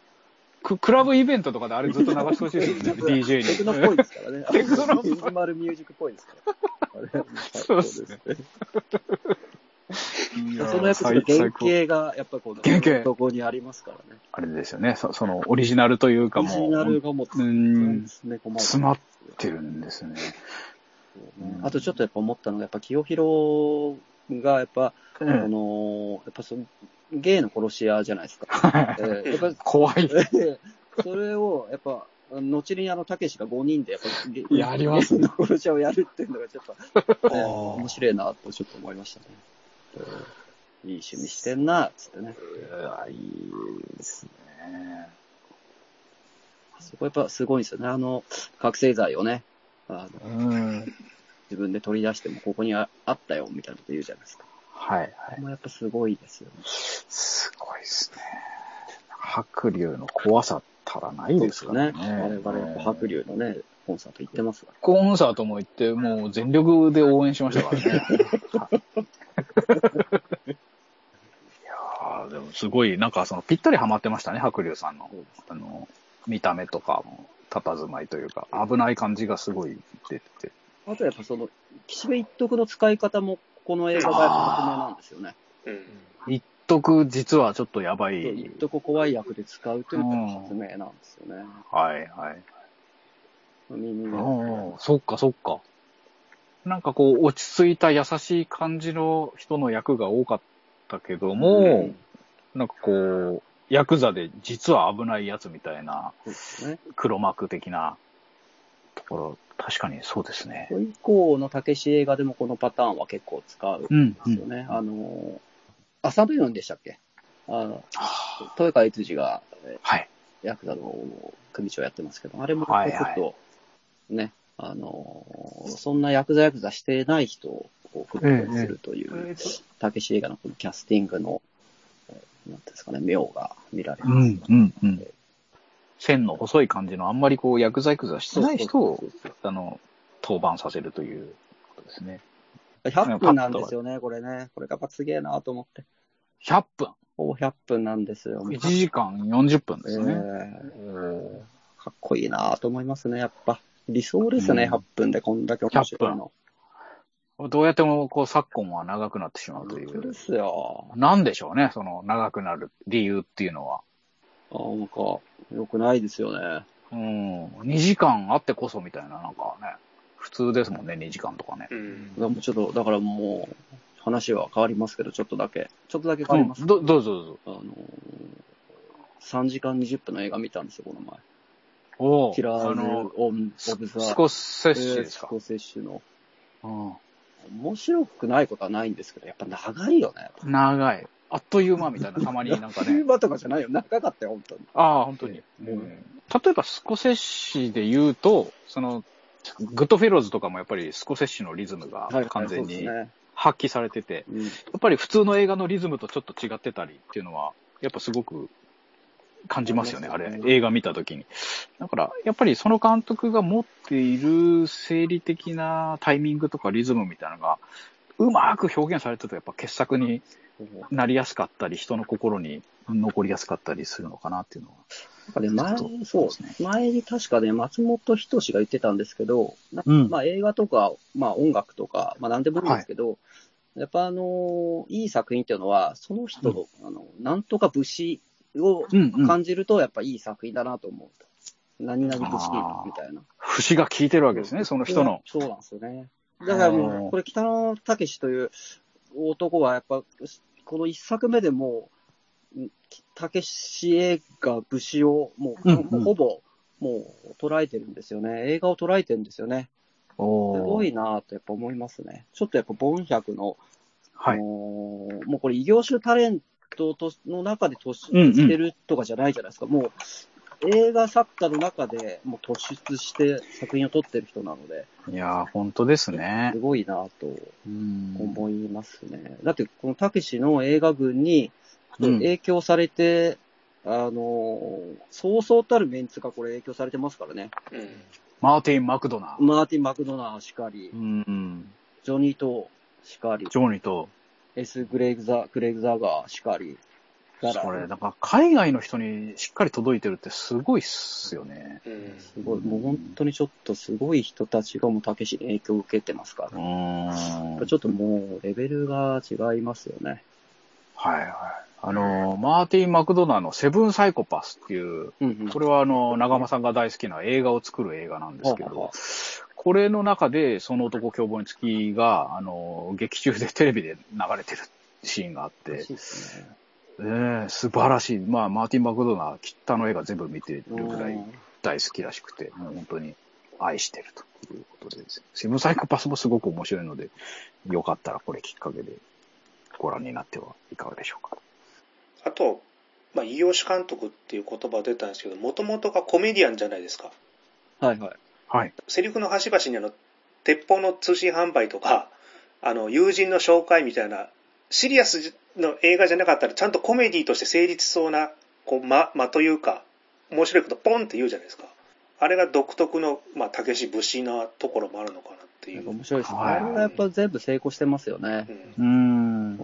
S2: ククラブイベントとかであれずっと流してほしい ですよね、DJ
S3: テクノっ
S2: に。
S3: ぽいですからね。
S2: テクノっぽい
S3: ミニマルミュージックっぽいですから。あれ
S2: そうですね。いや
S3: そのやつの
S2: 最
S3: 原
S2: 最高
S3: 型が、やっぱりこの、
S2: 原型
S3: どこにありますからね。
S2: あれですよねそ、そのオリジナルというか
S3: オリジ
S2: も
S3: ナル
S2: う、
S3: がもう、
S2: う
S3: 詰
S2: ん、
S3: め込まれて
S2: 詰まってるんですね。うん
S3: あとちょっとやっぱ思ったのが、やっぱ清弘が、やっぱ、
S2: うん
S3: この、やっぱその、ゲイの殺し屋じゃないですか。えーやっぱ
S2: 怖い。
S3: それを、やっぱ、後にあの、たけしが5人で、やっぱゲ、
S2: やります
S3: ゲイの殺し屋をやるっていうのが、ちょっと、
S1: あ
S3: ね
S1: ー
S3: 面白いな、とちょっと思いましたね。えーいい趣味してんな、つってね。
S2: うわいいですね。
S3: そこやっぱすごいんですよね。あの、覚醒剤をね、あの
S2: うん。
S3: 自分で取り出してもここにああったよ、みたいなこと言うじゃないですか。
S2: はい、はい。
S3: これもやっぱすごいですよね。
S2: すごいですね。白龍の怖さたらないですからね。
S3: 我々やっぱ白龍のね、コンサート行ってますか
S2: コンサートも行って、もう全力で応援しましたからね。はいいやーでもすごい、なんかそのぴったりハマってましたね、白龍さんの
S3: そうで。
S2: あの、見た目とかも、佇まいというか、危ない感じがすごい出てて。
S3: ら。あとやっぱその、岸辺一徳の使い方も、この映画がやっぱ革命なんですよね。
S1: うん
S2: 一徳実はちょっとやばい。
S3: そう一徳怖い役で使うというのが革命なんですよね。
S2: はいはい。
S3: 耳が。
S2: うん、そっかそっか。なんかこう、落ち着いた優しい感じの人の役が多かったけども、
S3: うん
S2: なんかこう、ヤクザで実は危ないやつみたいな、
S3: そうですね。
S2: 黒幕的なところ、確かにそうですね
S3: こ。れ以降のたけし映画でもこのパターンは結構使う。
S2: うん、う
S3: ですよ
S2: ん。
S3: ね。あの、朝の4でしたっけあの、豊川悦司がえ
S2: はい。
S3: ヤクザの組長やってますけど、あれもちょ
S2: はい
S3: っ
S2: はい
S3: と、ね、あの、そんなヤクザヤクザしてない人を組長するという、たけし映画のこのキャスティングの、えなんていうんですかね、妙が見られ
S2: う
S3: ます。
S2: ん、うん、うん。線の細い感じの、あんまりこう、ヤクザヤクザしてない人を
S3: そうそうそう
S2: あの、登板させるということですね。
S3: 100分なんですよね、これね。これがやっぱすげえなと思って。
S2: 100分。
S3: ほぼ100分なんですよ。
S2: 1時間40分ですね。
S3: えーかっこいいなと思いますね、やっぱ。理想ですね、
S2: うん
S3: 8分でこんだけ面白いの。
S2: どうやっても、こう、昨今は長くなってしまうとい
S3: 本当
S2: う
S3: で。すよ。
S2: なんでしょうね、その、長くなる理由っていうのは。
S3: あなんか、良くないですよね。
S2: うん、2時間あってこそみたいな、なんかね、普通ですもんね、2時間とかね。
S1: うん
S3: でもちょっと、だからもう、話は変わりますけど、ちょっとだけ。ちょっとだけ
S2: う
S3: 変わり
S2: ん
S3: ます。、
S2: どどうぞどうぞ。
S3: あのー、3時間20分の映画見たんですよ、この前。
S2: おー
S3: キラー
S2: あ
S3: ズ・
S2: の、
S3: オン・オブ・ザ・
S2: スコセッシですか
S3: えース。コセッシュの。
S2: う
S3: 面白くないことはないんですけど、やっぱ長いよね。
S2: ん、長い。あっという間みたいな、たまになん かね。
S3: 場とかじゃないよ。長かったよ、本当に。
S2: ああ、本当に。
S3: うん
S2: うん例えば、スコセッシで言うと、その、グッドフェローズとかもやっぱりスコセッシのリズムが
S3: はい
S2: 完全
S3: そう
S2: に
S3: ですね
S2: 発揮されてて、
S3: うん
S2: やっぱり普通の映画のリズムとちょっと違ってたりっていうのは、やっぱすごく感じますよね、
S3: あ
S2: あ
S3: りますよね
S2: れ。映画見たときに。だから、やっぱりその監督が持っている生理的なタイミングとかリズムみたいなのが、うまく表現されてると、やっぱ傑作になりやすかったり、人の心に残りやすかったりするのかなっていうのは。
S3: なんかね、前
S2: ちょっ、と
S3: そう
S2: そうで、
S3: 前に確かね、松本人志が言ってたんですけど、なんか
S2: うん
S3: まあ映画とか、まあ音楽とか、まあ何でもいいんですけど、やっぱあのーいい作品っていうのは、その人の、あの、なんとか武士を
S2: うんうん。
S3: 感じると、やっぱいい作品だなと思うと。何々武士みたいな。
S2: 節が効いてるわけですね、その人の。
S3: そうなんですよね。だから
S2: う
S3: も
S2: ん
S3: う、これ北野武という男はやっぱ、この一作目でもう、ん武史映画、武士をも
S2: う
S3: う、
S2: んうん
S3: もうほぼ、もう捉えてるんですよね。映画を捉えてるんですよね。す
S2: お
S3: ご
S2: ー
S3: いなぁとやっぱ思いますね。ちょっとやっぱ、ボン百の、
S2: は
S3: あ
S2: い
S3: の。ーもうこれ異業種タレントとの中で突
S2: うんう
S3: 出
S2: ん
S3: してるとかじゃないじゃないですか。もう、映画作家の中でもう突出して作品を撮ってる人なので、
S2: いやー、本当ですね
S3: す。ごいなぁと
S2: うん
S3: 思いますね。だって、このたけしの映画群に
S2: うん
S3: 影響されて、あの、そうそうたるメンツがこれ影響されてますからね。
S1: うん
S2: マーティン・マクドナー。
S3: マーティン・マクドナーしかり
S2: う、ん。
S3: ジョニー・トーしかり、
S2: ジョーニーと、
S3: エス・グレイグザ・グレイグザガーしかり、だか
S2: これ、
S3: ら、
S2: なんか海外の人にしっかり届いてるってすごいっすよね。
S1: うん
S3: すごい、もう本当にちょっとすごい人たちがもうたけしに影響を受けてますから、
S2: う
S3: ね。やっ
S2: ーん。
S3: ぱちょっともうレベルが違いますよね。
S2: はいはい。あのー、マーティン・マクドナーのセブン・サイコパスっていう、
S3: うんうん。
S2: これはあの、長間さんが大好きな映画を作る映画なんですけ
S3: はあは
S2: ど、これの中で、その男凶暴につきが、あのー、劇中でテレビで流れてるシーンがあって、
S3: 嬉しいですね
S2: えー素晴らしい。まあ、マーティン・マクドナー、きったの映画全部見てるぐらい大好きらしくて、もう本当に愛してるということでですね。シムサイコパスもすごく面白いので、よかったらこれきっかけでご覧になってはいかがでしょうか。
S1: あと、まあ、飯吉監督っていう言葉出たんですけど、もともとがコメディアンじゃないですか。
S3: はいはい。
S2: はい。
S1: セリフの端々にあの、鉄砲の通信販売とか、あの、友人の紹介みたいな、シリアスの映画じゃなかったら、ちゃんとコメディとして成立しそうな、こう、間、間というか、面白いことポンって言うじゃないですか。あれが独特の、まあ、武士節なところもあるのかなってい
S3: なん
S1: う。
S3: か
S1: う
S3: 面白いですね。
S2: はい
S3: あれがやっぱ全部成功してますよね。
S1: ん
S2: うーん。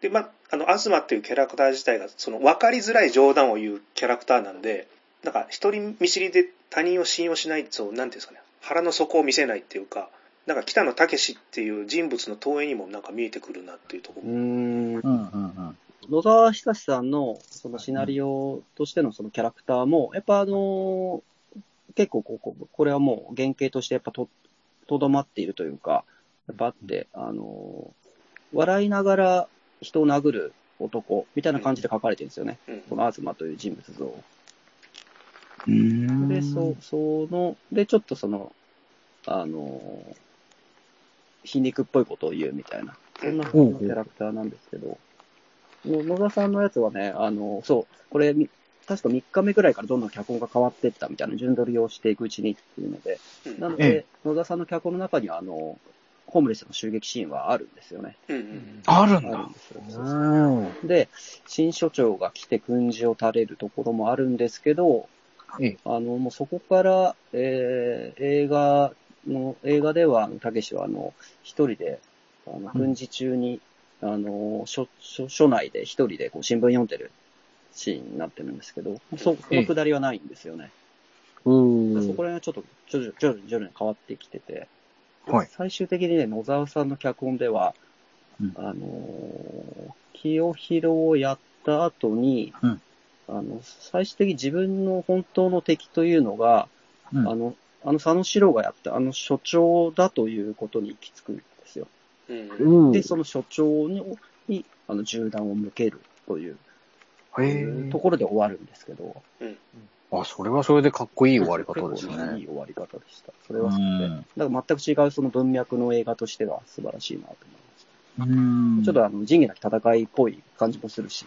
S1: で、まあ、あの、東っていうキャラクター自体が、その、分かりづらい冗談を言うキャラクターなんで、なんか、一人見知りで他人を信用しない、そう、なんていうんですかね、腹の底を見せないっていうか、なんか、北野武っていう人物の投影にもなんか見えてくるなっていうところ。
S3: うん。
S2: うんうんうん。
S3: 野沢久志さんのそのシナリオとしてのそのキャラクターも、やっぱあのー結構こうこうこれはもう原型としてやっぱと、とどまっているというか、やっぱあって、あのー笑いながら人を殴る男みたいな感じで書かれてるんですよね。
S1: うん。
S3: この東という人物像。
S2: うーん
S3: で、そ、その、で、ちょっとその、あのー皮肉っぽいことを言うみたいな。そんな風のキャラクターなんですけど、もう野田さんのやつはね、あの、そう、これ、み確か3日目くらいからどんどん脚本が変わっていったみたいな、順取りをしていくうちにっていうので、
S1: うん
S3: なの
S2: え
S3: で、野田さんの脚本の中には、あの、ホームレスの襲撃シーンはあるんですよね。
S1: うんうん
S2: ある
S3: あ
S2: ん
S3: る
S2: だ
S3: ん。ですよ。そうそう
S4: うん。
S3: で、新所長が来て訓示を垂れるところもあるんですけど、
S2: ええ
S3: あの、もうそこから、えー映画の、映画では、あのたけしは、あの、一人で、あの、訓示中に、あの、書、書、書内で一人でこう新聞読んでるシーンになってるんですけど、そ、そのくだりはないんですよね。
S4: う
S3: そ
S4: ん
S3: こ。ら辺はちょっと、徐々に、徐々に、徐々に変わってきてて、
S2: はい。
S3: 最終的にね、野沢さんの脚本では、
S2: うん
S3: あのー清弘をやった後に、
S2: うん
S3: あの、最終的に自分の本当の敵というのが、
S2: うん
S3: あの、あの佐野史郎がやったあの所長だということに行き着くんですよ。
S1: うんうん。
S4: うん。
S3: で、その所長に、にあの、銃弾を向けるという
S2: へー
S3: ところで終わるんですけど。
S2: あ、それはそれでかっこいい終わり方です
S3: 結構いい
S2: ね。
S3: 終わり方でした。それ
S2: う
S3: はそれで。
S2: ん
S3: だから全く違うその文脈の映画としては素晴らしいなと思います。
S2: うん
S3: ちょっとあの、仁義なき戦いっぽい感じもするし、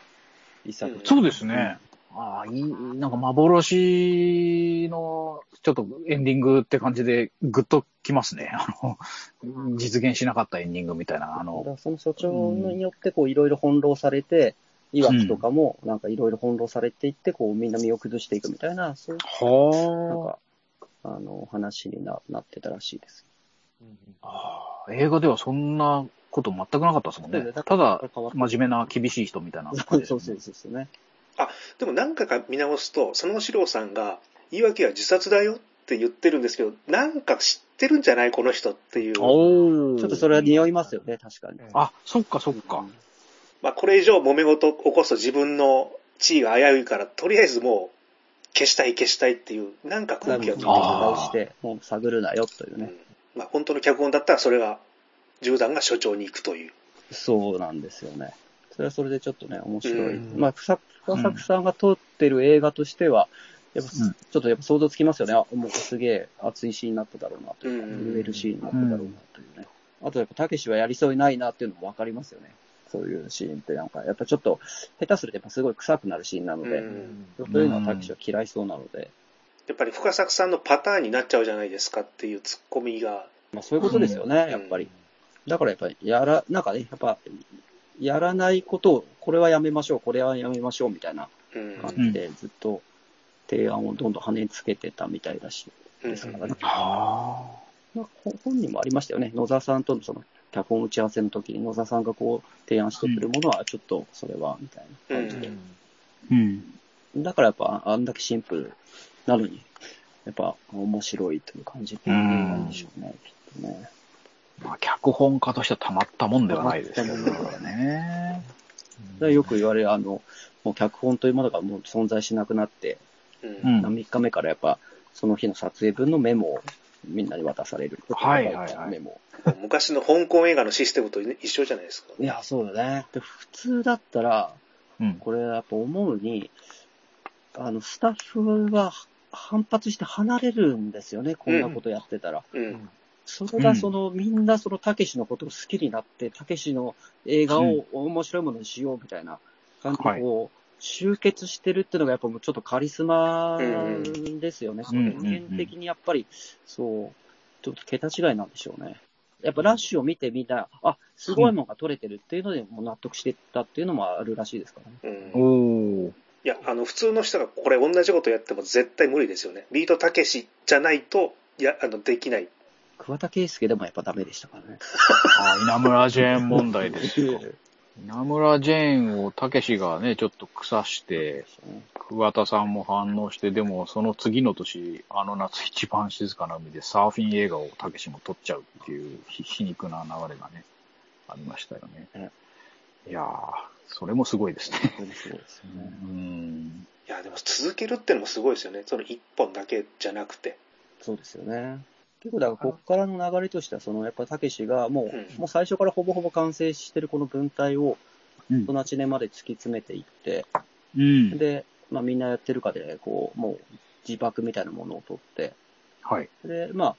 S3: 一作。
S1: うん
S2: そうですね。ああ、いい、なんか幻の、ちょっとエンディングって感じで、ぐっときますね。 あの、実現しなかったエンディングみたいな、あ
S3: だか
S2: の、
S3: らその所長によって、こう、いろいろ翻弄されて、いわきとかも、なんかいろいろ翻弄されていって、こう、みんな身を崩していくみたいな、そうい
S2: は
S3: う、
S2: あ
S3: なんか、あの、話にななってたらしいです。
S2: ああ映画ではそんなこと全くなかったですもん
S3: そう
S2: ね。
S3: だよ
S2: ただ
S3: これ、変わっ
S2: 真面目な厳しい人みたいな
S3: そ
S2: 感
S3: う
S2: じ
S3: そう
S2: です
S3: そ
S2: ね、
S3: うそうね。
S1: でも何回か見直すと、佐野史郎さんが、いわきは自殺だよって言ってるんですけど、なんか知ってるんじゃないこの人っていう。
S2: おー
S3: ちょっとそれは匂いますよね、確かに。
S2: あ、そっかそっか。
S1: まあ、これ以上揉め事を起こすと自分の地位が危ういから、とりあえずもう消したい消したいっていう、なんか空気
S3: 気
S1: を聞いて
S3: を聞
S1: き
S3: い
S1: た。
S2: あー
S3: して、もう探るなよという
S1: う
S3: ね。
S1: んまあ、本当の脚本だったらそれが、銃弾が所長に行くという。
S3: そうなんですよね。それはそれでちょっとね、面白い。
S4: うん
S3: まあ、深作さんが撮ってる映画としては、やっぱ、
S2: うん
S3: ちょっとやっぱ想像つきますよね。あもうすげえ熱いシーンになっただろうなというか、
S1: うん
S3: 震えるシーンになっただろうなというね。あとやっぱ、たけしはやりそうにないなっていうのもわかりますよね。そういうシーンってなんか、やっぱちょっと、下手するとやっぱすごい臭くなるシーンなので、
S1: うん
S3: そういうのはたけしは嫌いそうなので、
S1: やっぱり深作さんのパターンになっちゃうじゃないですかっていうツッコミが、
S3: まあそういうことですよね、やっぱり。だからやっぱり、やら、なんかね、やっぱ、やらないことを、これはやめましょう、これはやめましょう、みたいな
S1: うん
S3: 感じで、ずっと提案をどんどん跳ねつけてたみたいだし、
S1: うん
S3: ですからね。
S2: はあ
S3: まあ、ほ本人もありましたよね。野沢さんとのその、脚本打ち合わせの時に野沢さんがこう、提案してくるものは、ちょっと、それは、みたいな感じで。
S2: うん。
S3: だからやっぱ、あんだけシンプルなのに、やっぱ、面白いという感じなんでしょうね、きっとね。
S2: まあ、脚本家としてはたまったもんではないですけどね。
S3: でよく言われる、あの、もう脚本というものがもう存在しなくなって、
S1: うん
S2: うん。
S3: 3日目からやっぱ、その日の撮影分のメモをみんなに渡される。
S2: はいはいはい
S3: メモ。
S1: もう昔の香港映画のシステムと一緒じゃないですか。
S3: いや、そうだね。で、普通だったら、
S2: うん。
S3: これやっぱ思うに、あの、スタッフが反発して離れるんですよね、こんなことやってたら。
S1: うん。
S3: それがその、みんなその、たけしのことを好きになって、たけしの映画を面白いものにしようみたいな感じで、こう、集結してるっていうのがやっぱもうちょっとカリスマですよね。
S2: うんうん
S3: 人間的にやっぱり、そう、ちょっと桁違いなんでしょうね。やっぱラッシュを見てみんな、あ、すごいものが取れてるっていうので、もう納得してったっていうのもあるらしいですからね。
S1: うん
S2: おお。
S1: いや、あの、普通の人がこれ同じことやっても絶対無理ですよね。ビートたけしじゃないと、いや、あの、できない。
S3: 桑田佳祐でもやっぱダメでしたからね。
S2: あー稲村ジェーン問題です よ。稲村ジェーンをたけしがね、ちょっと腐して、桑田さんも反応して、でもその次の年、あの夏一番静かな海でサーフィン映画をたけしも撮っちゃうっていうひ皮肉な流れがね、ありましたよね。いやー、それもすごいですね。
S3: 本当にそうですよ
S2: う
S3: ね。
S2: ん。
S1: いや、でも続けるってのもすごいですよね。その一本だけじゃなくて。
S3: そうですよね。結構だから、こっからの流れとしては、その、やっぱりたけしが、もう、
S1: うん
S3: もう最初からほぼほぼ完成してるこの文体を、
S2: うん
S3: その8年まで突き詰めていって、
S2: うん。
S3: で、まあみんなやってるかで、こう、もう自爆みたいなものを取って、
S2: はい。
S3: で、まあ、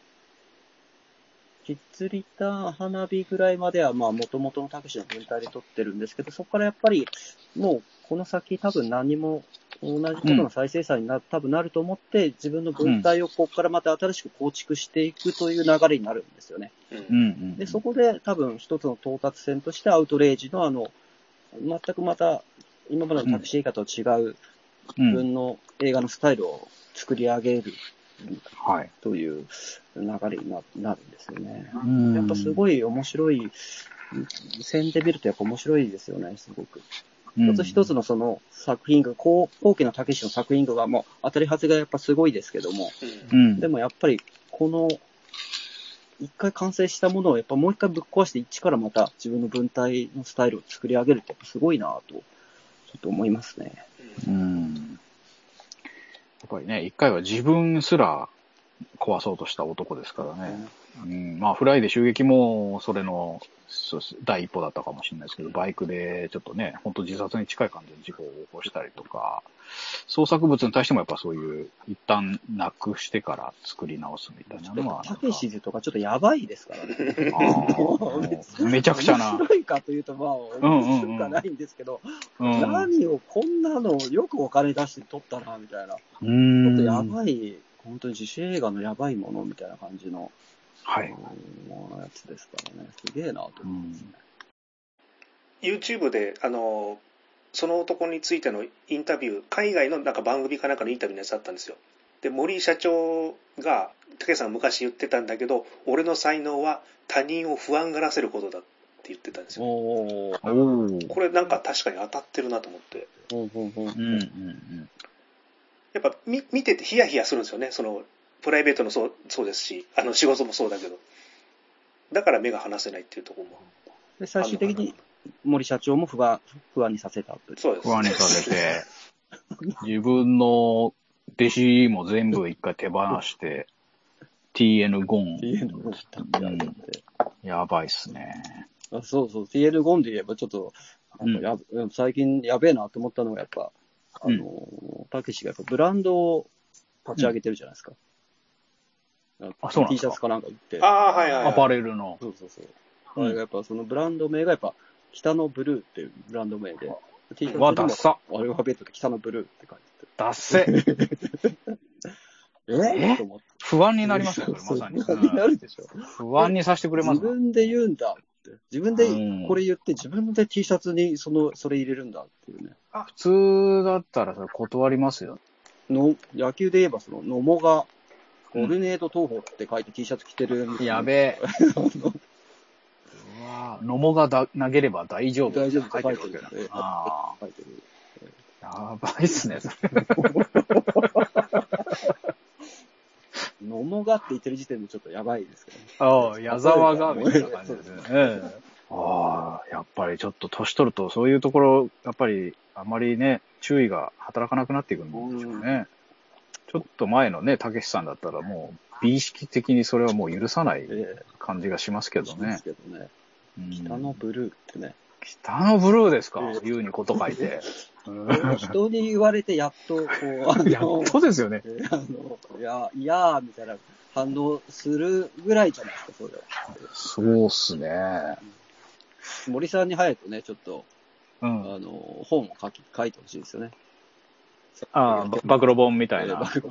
S3: 実利た花火ぐらいまでは、まあ、元々のたけしの文体で撮ってるんですけど、そこからやっぱり、もう、この先多分何も、同じことの再生産にな、多分なると思って、自分の文体をここからまた新しく構築していくという流れになるんですよね。
S1: う
S2: うん
S1: ん。
S2: うん。
S3: で、そこで多分一つの到達線として、アウトレイジのあの、全くまた、今までのタクシー映画とは違う、
S2: うん
S3: 自分の映画のスタイルを作り上げる
S2: はい。
S3: という流れにななるんですよね。
S2: うん
S3: やっぱすごい面白い、線で見るとやっぱ面白いですよね、すごく。一つ一つのその作品群、後後期のたけしの作品群はもう当たり外れがやっぱすごいですけども、
S1: うん
S2: うん。
S3: でもやっぱりこの、一回完成したものをやっぱもう一回ぶっ壊して一からまた自分の文体のスタイルを作り上げるってやっぱすごいなぁと、ちょっと思いますね。
S2: うん。やっぱりね、一回は自分すら壊そうとした男ですからね。うん、まあ、フライで襲撃も、それの、そうです第一歩だったかもしれないですけど、バイクでちょっとね、本当自殺に近い感じで事故を起こしたりとか、創作物に対してもやっぱそういう、一旦なくしてから作り直すみたい
S3: ち
S2: な
S3: ょっと
S2: の
S3: や
S2: は
S3: っぱ
S2: な
S3: た
S2: んか。
S3: けし図とかちょっとやばいですからね。
S2: あーもうめちゃくちゃな
S3: 面。白いかというと、まあ、面白くはないんですけど、
S2: うん。
S3: 何をこんなのよくお金出して撮ったな、みたいな。
S2: う
S3: ちょっと
S2: ん。
S3: やばい、本当に自主映画のやばいものみたいな感じの、
S2: はい。
S3: うんやつですからね。すげえなと思いますね。
S1: YouTube で、あの、その男についてのインタビュー、海外のなんか番組かなんかのインタビューのやつあったんですよ。で、森井社長が、たけしさんが昔言ってたんだけど、俺の才能は他人を不安がらせることだって言ってたんですよ。
S3: おー
S2: おお。
S1: これなんか確かに当たってるなと思って。
S3: ほうほうほう
S2: うんうんうん。
S1: やっぱ見見ててヒヤヒヤするんですよね。その、プライベートのそうそうですし、あの仕事もそうだけど。だから目が離せないっていうところも。
S3: で最終的に森社長も不安不安にさせたという。
S1: そうです。
S2: 不安にされ て、自分の弟子も全部一回手放して、TN ゴン。
S3: TN
S2: やばいっすね。
S3: あそうそう、TL ゴンで言えばちょっと、あの
S2: うん
S3: や最近やべえなと思ったのがやっぱ、あのー、たけしがやっぱブランドを立ち上げてるじゃないですか。
S2: あそうなん
S3: T
S2: です
S3: シ
S2: か
S3: ャツかなんか売って。
S1: ああ、はいはい、はい。
S2: アパレルの。
S3: そうそうそう。
S2: うん
S3: あれがやっぱそのブランド名がやっぱ、北のブルーっていうブランド名で、T シャツにも
S2: は、ダッサ。
S3: アルファベットで北のブルーって書いて
S2: ダッセ。
S3: て。
S2: え
S3: と思って。
S2: 不安になりますね、これまさに。
S3: そうそうなるでしょ。
S2: 不安にさせてくれま
S3: 自
S2: すね。
S3: 分で言うんだって。自分
S2: うん
S3: でこれ言って、自分で T シャツにその、それ入れるんだっていうね。
S2: 普通だったらそれ断りますよ。
S3: の、野球で言えばその、野茂が、オルネード東宝って書いて T シャツ着てる。
S2: や べえ。うわぁ野茂がだ投げれば大丈夫。
S3: 大丈夫
S2: 書いてるわけ
S3: 書いてる
S2: だ。あ
S3: 書いてる。
S2: あ、やばいっすね、それ。
S3: 野茂がって言ってる時点でちょっとやばいですけどね。
S2: ああ、矢沢が、みたいな感じですね。うんああ、やっぱりちょっと年取ると、そういうところ、やっぱりあまりね、注意が働かなくなっていくんでしょうね。ちょっと前のね、たけしさんだったらもう、美意識的にそれはもう許さない
S3: ええ
S2: 感じがしますけど
S3: そうで
S2: ね
S3: す。けどね。
S2: うん
S3: 北のブルーってね。
S2: 北のブルーですか ?U にこと書い て。
S3: 人に言われてやっと、こう、あ
S2: や
S3: の
S2: っ、とですよね。
S3: あの、いや、いやーみたいな反応するぐらいじゃないですか、それは。
S2: そうっすね。
S3: 森さんに早くね、ちょっと、
S2: う
S3: あ
S2: ん。
S3: の、本を書き、書いてほしいですよね。
S2: ああ、ば暴露本みたいな
S3: 暴露。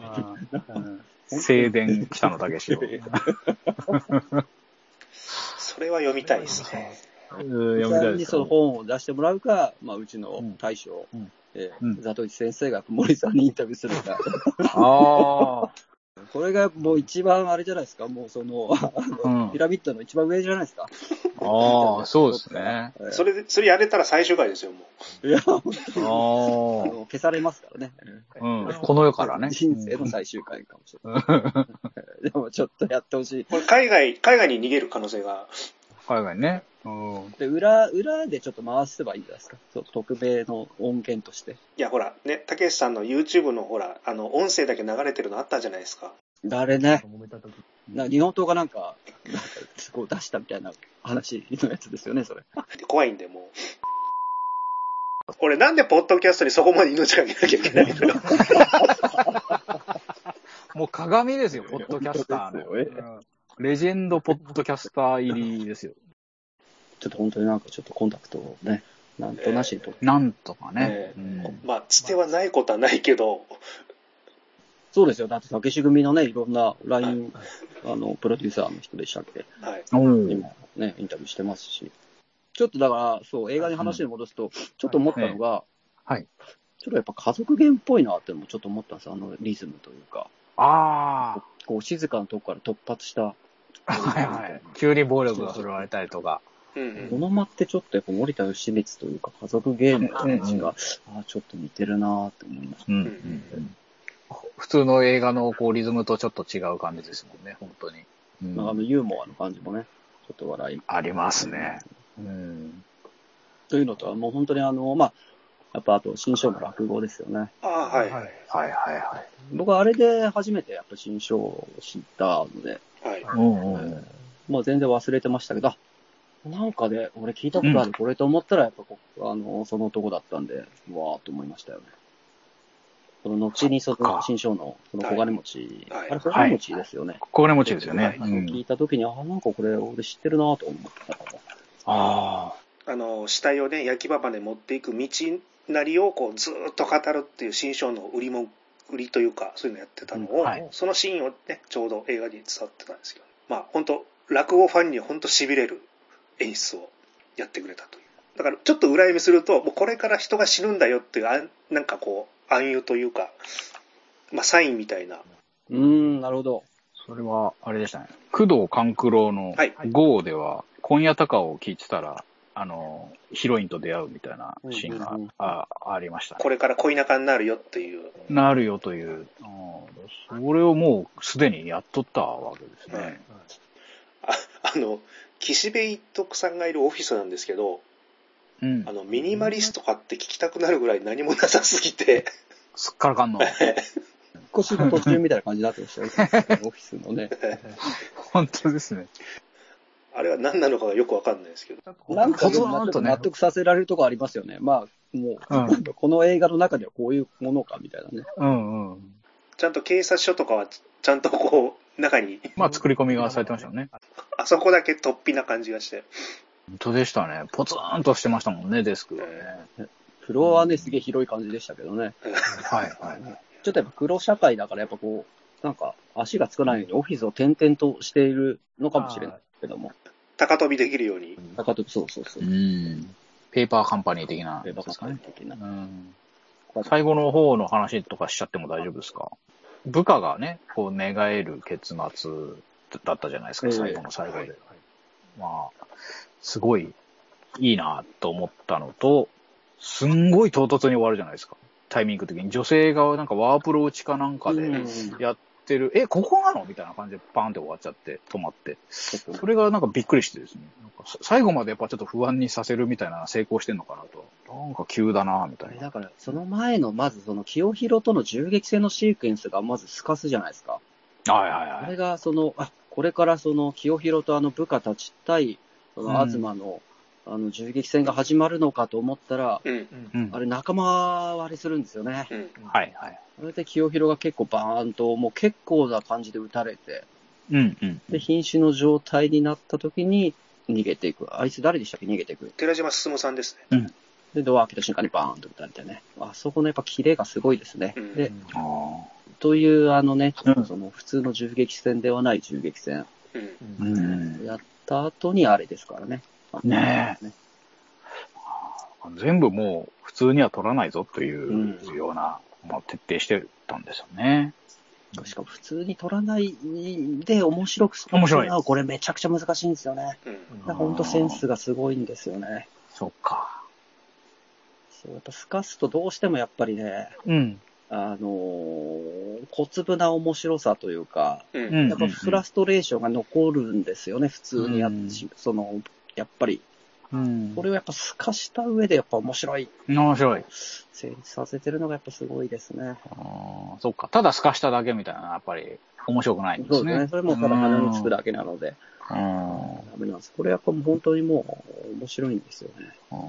S2: うん静電北野武 史を。
S1: それは読みたいですね。
S2: うん読み
S3: 森
S2: た
S3: さん
S2: いで
S3: に
S2: す
S3: その
S2: よ。
S3: 本を出してもらうか、まあ、うちの大将、
S2: うん
S3: え
S2: うん
S3: ー、ザトイチ先生が森さんにインタビューするか。
S2: あ
S3: これがもう一番あれじゃないですか、もうその、
S2: あ。うん
S3: ピ。ラミッドの一番上じゃないですか。
S2: ああ、そうですね。
S3: えー
S1: それで、それやれたら最終回ですよ、も。。
S3: いや、本
S2: ああ。
S3: 当にあの消されますからね。
S2: うん。この世からね。
S3: 人生の最終回かもしれない。でもちょっとやってほしいう
S1: これ海外、海外に逃げる可能性が。
S2: 海外ね。うん。
S3: で、裏、裏でちょっと回せばいいんじゃないですか。そう匿名の音源として。
S1: いや、ほら、ね、たけしさんの YouTube のほら、あの、音声だけ流れてるのあったじゃないですか。
S3: 誰ね、
S5: 揉めた時
S3: な日本刀がなんか、なんかこう出したみたいな話のやつですよね、それ。
S1: 怖いんで、もう。俺、なんでポッドキャストにそこまで命かけなきゃいけない のよ。
S2: もう鏡ですよ、ポッドキャスターの。
S3: です
S2: うんレジェンドポッドキャスター入りですよ。
S3: ちょっと本当になんかちょっとコンタクトをね、なんとなしにと、
S2: なんとかね
S1: え。
S2: うん
S1: まあ、つてはないことはないけど、
S3: そうですよ。だって、竹志組のね、いろんな LINE、あの、プロデューサーの人でしたっけ
S1: はい。
S2: おー
S3: 今ね、インタビューしてますし。ちょっとだから、そう、映画に話に戻すと、ちょっと思ったのが、
S2: はい。
S3: ちょっとやっぱ家族弦っぽいなってのもちょっと思ったんですよ。あのリズムというか、
S2: ああ。
S3: こう静かなとこから突発した。
S2: はいはい。急に暴力が振るわれたりとか。
S1: うんう
S3: こ
S1: ん。
S3: の間ってちょっとやっぱ森田義満というか家族ゲームの感じが、ああ、ちょっと似てるなーって思いまし
S2: うんうん普通の映画のこうリズムとちょっと違う感じですもんね、本当に。う
S3: た。なんかあ
S2: ん、
S3: のユーモアの感じもね、ちょっと笑い。
S2: ありますね。うん。
S3: というのとはもう本当にあの、まあ、やっぱあと新章の落語ですよね。
S1: ああ、はい。は。
S5: はいい。
S2: はいはいはい。
S3: 僕はあれで初めてやっぱ新章を知ったので、
S2: うん
S3: えーもう全然忘れてましたけど、あなんかね、俺聞いたことある、これと思ったら、やっぱこう、あの、そのとこだったんで、うわーっと思いましたよね。その後に、
S2: そ
S3: そ
S2: っか
S3: の、新章の、その、
S1: はい
S3: 小金持ち、
S1: はい
S3: あれ、小金持ちですよね。
S2: 心持ちですよ
S1: は
S2: ね
S1: い。
S2: う
S3: そう聞
S2: ん
S3: いたときに、あ、なんかこれ、俺知ってるなと思ったから。
S2: あ
S1: あの、死体をね、焼き場まで持っていく道なりを、こう、ずーっと語るっていう新章の売りも、売りというか、そういうのやってたのを、
S2: うんはい
S1: そのシーンをね、ちょうど映画に伝わってたんですけど、まあ、本当落語ファンには本当痺れる演出をやってくれたという。だから、ちょっと裏読みすると、もうこれから人が死ぬんだよっていう、あんなんかこう、暗喩というか、まあ、サインみたいな。
S3: うーん、なるほど。
S2: あ。それは、あれでしたね。工藤官九郎の
S1: はい
S2: GO では、今夜高を聞いてたら、あの、ヒロインと出会うみたいなシーンが
S3: うんうんうん
S2: あありましたね。
S1: これから恋仲になるよっていう。
S2: なるよという。あーそれをもうすでにやっとったわけです
S1: は
S2: ね
S1: い。ああの、岸辺一徳さんがいるオフィスなんですけど、
S2: うん
S1: あ。の、ミニマリストかって聞きたくなるぐらい何もなさすぎて、
S2: すっからかん の。
S3: 少しの途中みたいな感じになってましたよ。オフィスのね。
S2: 本当ですね。
S1: あれは何なのかがよくわかんないですけど。
S3: なんか、
S2: ほとんどね
S3: 納得させられるとこありますよね。まあ、もう、
S2: うん
S3: なんかこの映画の中ではこういうものか、みたいなね。
S2: うんうん。
S1: ちゃんと警察署とかは、ちゃんとこう、中に、
S2: まあ、作り込みがされてましたよね。
S1: あそこだけ突飛な感じがして。
S2: 本当でしたね。ポツンとしてましたもんね、デスクがね。
S3: フロアはね、すげえ広い感じでしたけどね。
S2: はいはい。
S3: ちょっとやっぱ黒社会だから、やっぱこう、なんか足がつかないようにオフィスを転々としているのかもしれないけども。
S1: 高飛びできるように。
S3: 高飛そうそうそうう。
S2: ん。ペーパーカンパニー的な
S3: レバ
S2: です
S3: カ
S2: か
S3: ン
S2: ね。
S3: 的な
S2: う。ん。最後の方の話とかしちゃっても大丈夫ですか部下がね、こう、寝返る結末だったじゃないです
S3: え
S2: か、
S3: え
S2: 最後の最後で。まあ、すごいいいなと思ったのと、すんごい唐突に終わるじゃないですか。タイミング的に。女性がなんかワープロ打ちかなんか
S3: うん
S2: でやってる、え、ここなのみたいな感じでパンって終わっちゃって、止まって。
S3: ちょっ
S2: それがなんかびっくりしてですね。なんかさ最後までやっぱちょっと不安にさせるみたいな成功してんのかなと。なんか急だなみた
S3: とあれ
S2: いな。
S3: だから、その前の、まずその、清弘との銃撃戦のシークエンスが、まず透かすじゃないですか。
S2: はいはい
S3: あ
S2: は
S3: れ
S2: い。
S3: が、その、あ、これからその、清弘とあの部下たち対、その、
S2: うん
S3: 東の、あの、銃撃戦が始まるのかと思ったら、
S1: うん。
S2: うん。
S3: あ
S2: は
S3: れ仲間割れするんですよね。
S1: うん。
S2: いはい。
S3: あれで清弘が結構バーンと、もう結構な感じで撃たれて、
S2: うんうん。
S3: で、瀕死の状態になった時に逃げていく。あいつ誰でしたっけ逃げていく。
S1: 寺島進さんですね。
S3: で、ドア開けた瞬間にバーンと撃たれてね。あそこのやっぱキレがすごいですね。
S1: うん
S3: で、
S2: ああ。
S3: というあのね、
S2: うん
S3: その普通の銃撃戦ではない銃撃戦
S1: うん。
S2: う
S4: うん
S2: ん。
S3: やった後にあれですからね。
S2: ね
S3: え。
S2: 全部もう普通には取らないぞといううような、まあ、徹底してたんですよね。
S3: しかも普通に取らないで面白くす
S2: 面白い
S3: これめちゃくちゃ難しいんですよね。
S1: うん。
S3: ほんとセンスがすごいんですよね。
S2: そっか。
S3: そう、やっぱ透かすとどうしてもやっぱりね、
S2: うん。
S3: あのー小粒な面白さというか、
S1: う。
S2: うんん。
S3: やっぱフラストレーションが残るんですよね、普通にやっ
S2: うん
S3: その、やっぱり、
S2: うん。
S3: これをやっぱ透かした上でやっぱ面白い、
S2: 面白い。
S3: 成立させてるのがやっぱすごいですね。
S2: あーそっか。ただ透かしただけみたいなのはやっぱり面白くないんで
S3: そう
S2: す
S3: ですね。
S2: ね。
S3: それもただ鼻につくだけなので、
S2: うん。
S3: ダメなんです。これやっぱ本当にもう面白いんですよね。
S2: うん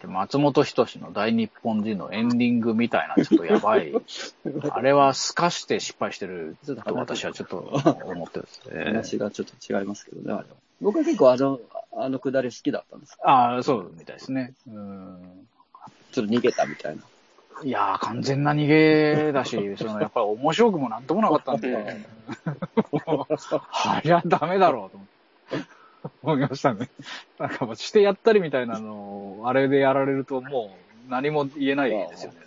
S2: で松本人志の大日本人のエンディングみたいな、ちょっとやば い。あれは透かして失敗してる
S3: ちょっ
S2: と私はちょっ と思ってるんですね。
S3: 話がちょっと違いますけどね、あれは。僕は結構あの、あのくだり好きだったんです
S2: ああ、そうみたいですね。うん
S3: ちょっと逃げたみたいな。
S2: いやー、完全な逃げ だし、そのやっぱり面白くもなんともなかったん
S1: うん
S2: で、ありゃダメだろうと思って思いましたね。 なんかもうしてやったりみたいなのを、あれでやられるともう何も言えないですよね。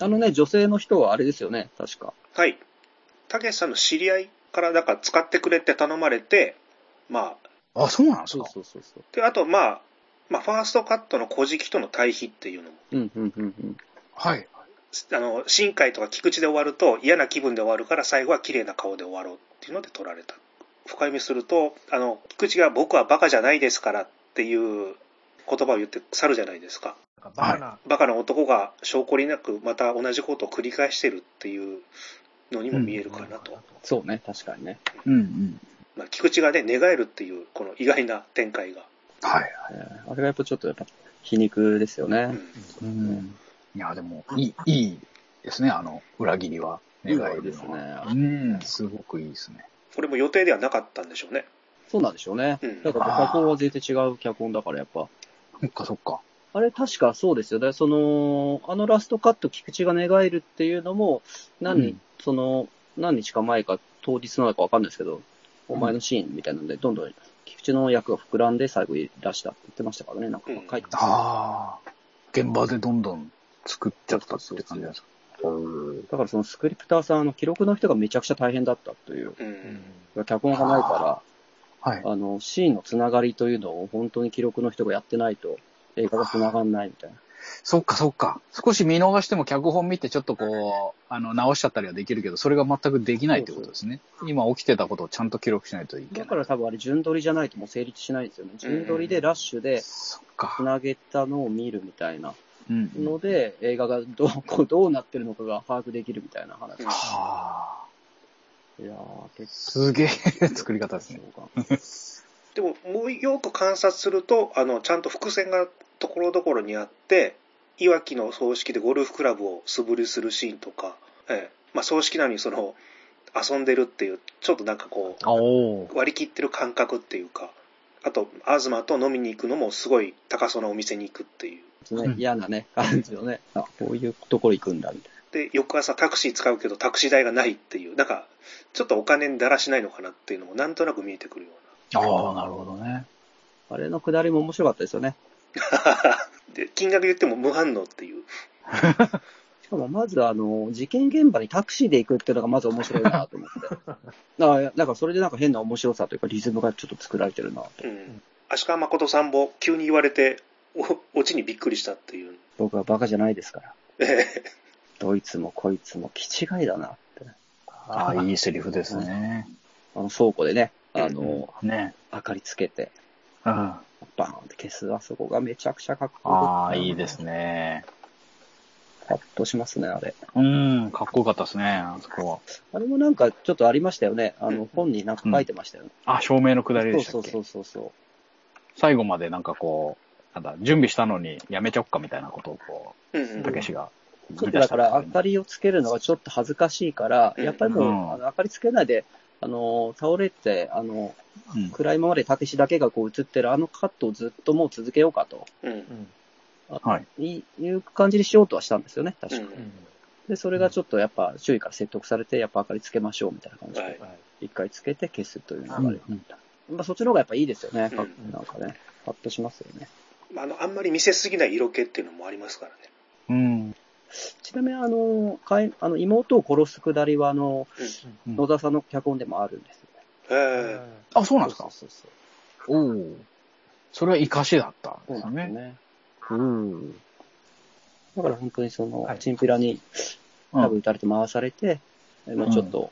S3: あのね、女性の人はあれですよね、確か。
S1: はい。たけしさんの知り合いから、だから使ってくれって頼まれて、まあ、
S2: あ、そうなんですか
S3: そうそうそう。
S1: で、あと、まあ、まあ、ファーストカットの古事記との対比っていうのも、
S3: うん、うん、うん、うん。
S2: はい。
S1: あの、新海とか菊池で終わると嫌な気分で終わるから最後は綺麗な顔で終わろうっていうので撮られた。深読みすると、あの、菊池が僕はバカじゃないですからっていう言葉を言って去るじゃないですか。
S5: なんかバカな、
S1: バカな男が証拠りなくまた同じことを繰り返してるっていうのにも見えるかなと。
S3: そうね、確かにね。
S2: うんうん。
S1: まあ、菊池がね、寝返るっていう、この意外な展開が。
S2: はい。
S3: えーあれがやっぱちょっとやっぱ皮肉ですよ
S1: う
S3: ね。
S1: ん
S2: うん。いや、でも、いい、いいですね、あの、裏切りは。
S3: いい
S2: 願
S3: わけ
S2: い
S3: ですね。
S2: うん、すごくいいですね。
S1: これも予定ではなかったんでしょうね。
S3: そうなんでしょうね
S1: う。ん
S3: だ。からやっぱ脚本は全然違う脚本だからやっぱ。
S2: そっかそっか。
S3: あれ確かそうですよね。その、あのラストカット菊池が寝返るっていうのも、何日、
S2: うん
S3: その、何日か前か当日なのかわかんないですけど、お前のシーンみたいなんで、どんどん菊池の役が膨らんで最後に出したって言ってましたからね。なんか書いてた。
S2: ああ。現場でどんどん作っちゃったって感じなんですか。
S3: だからそのスクリプターさん、の記録の人がめちゃくちゃ大変だったという。
S1: う
S5: うん
S1: ん。
S3: 脚本がないから、
S2: はい。
S3: あの、シーンのつながりというのを本当に記録の人がやってないと、映画がつながんないみたいな。
S2: そっかそっか。少し見逃しても脚本見てちょっとこう、あの、直しちゃったりはできるけど、それが全くできないってことですね。今起きてたことをちゃんと記録しないといけ
S3: だ
S2: な
S3: か
S2: い。
S3: ら多分あれ順取りじゃないともう成立しないんですよね。順取りでラッシュで
S2: そっ
S3: つ
S2: か。
S3: なげたのを見るみたいな
S2: うんうん。
S3: ので、映画がどう、 こうどうなってるのかが把握できるみたいな話。
S1: う
S3: い
S1: ん
S2: はあ。
S3: やー、結
S2: すげえ作り方
S3: 構
S2: ですね。
S1: でも、もうよく観察すると、あの、ちゃんと伏線がところどころにあって、いわきの葬式でゴルフクラブを素振りするシーンとか、ええ、まあ、葬式なのにその、遊んでるっていう、ちょっとなんかこう、
S2: おー。
S1: 割り切ってる感覚っていうか、あと、東と飲みに行くのもすごい高そうなお店に行くっていう。
S3: ね、嫌なね、感じのね、あ、こういうところ行くんだ、みたい
S1: で、翌朝タクシー使うけどタクシー代がないっていう、なんか、ちょっとお金にだらしないのかなっていうのもなんとなく見えてくるよ
S2: ああ、なるほどね。
S3: な。あれのくだりも面白かったですよね。
S1: うな。 で、金額言っても無反応っていう。
S3: しかもまずあの、事件現場にタクシーで行くっていうのがまず面白いなと思って。 だから、なんかそれでなんか変な面白さというかリズムがちょっと作られてるなと。
S1: うん。足利誠さんも急に言われて、お、オチにびっくりしたっていう。
S3: 僕はバカじゃないですから。
S1: ええ
S3: どいつもこいつも気違いだなって。
S2: ああ、いいセリフですね。
S3: あの倉庫でね、あの、
S2: ね。
S3: 明かりつけて、
S2: うん。あ
S3: バーンって消すあそこがめちゃくちゃかっこよかった
S2: あー、いいですね。
S3: パッとしますね、あれ。
S2: うん、かっこよかったですね、あそこは。
S3: あれもなんかちょっとありましたよね。あ
S1: うん
S3: の、本になんか書いてましたよね。
S2: あ、照明の下りでした
S3: そ
S2: っ
S3: う
S2: け
S3: そうそうそう。
S2: 最後までなんかこう、なんだ、準備したのにやめちゃおっかみたいなことを、こ
S1: うん
S2: う、
S1: う
S2: た
S1: ん
S2: けしが
S3: ちょ
S2: 言
S3: っ
S2: い出
S3: と
S2: した
S3: だか
S2: んですよ
S3: ら、明かりをつけるのはちょっと恥ずかしいから、
S1: うん
S3: やっぱりもう、
S2: うん
S3: あの明かりつけないで、あの、倒れて、あの、
S2: うん
S3: 暗いままでたけしだけがこう映ってるあのカットをずっともう続けようかと
S1: うん
S2: はい。
S3: いいう感じにしようとはしたんですよね、
S1: う
S3: 確か。
S1: ん
S3: で、それがちょっとやっぱ周囲から説得されて、やっぱ明かりつけましょうみたいな感じ
S1: は
S3: で
S1: い、
S3: 一回つけて消すという流れ
S2: う
S3: に
S2: ん
S3: なった。まあそっちの方がやっぱいいですよね、か
S1: うん
S3: なんかね。パッとしますよね。
S1: あのあんまり見せすぎない色気っていうのもありますからね。
S2: うん。
S3: ちなみに、あの、かいあの妹を殺すくだりは、あの、
S2: うん
S3: 野田さんの脚本でもあるんですよね。
S1: えー
S2: あ、そうなんですか
S3: そうそう
S2: おお。それは生かしだったん
S3: そう
S2: です
S3: そう
S2: よ
S3: なんです
S2: ね。
S3: ね。
S4: うん。
S3: だから本当にその
S5: は、い
S3: チンピラに
S2: うん
S3: 多分打たれて回されて、えまあ、
S2: うん
S3: ちょっと、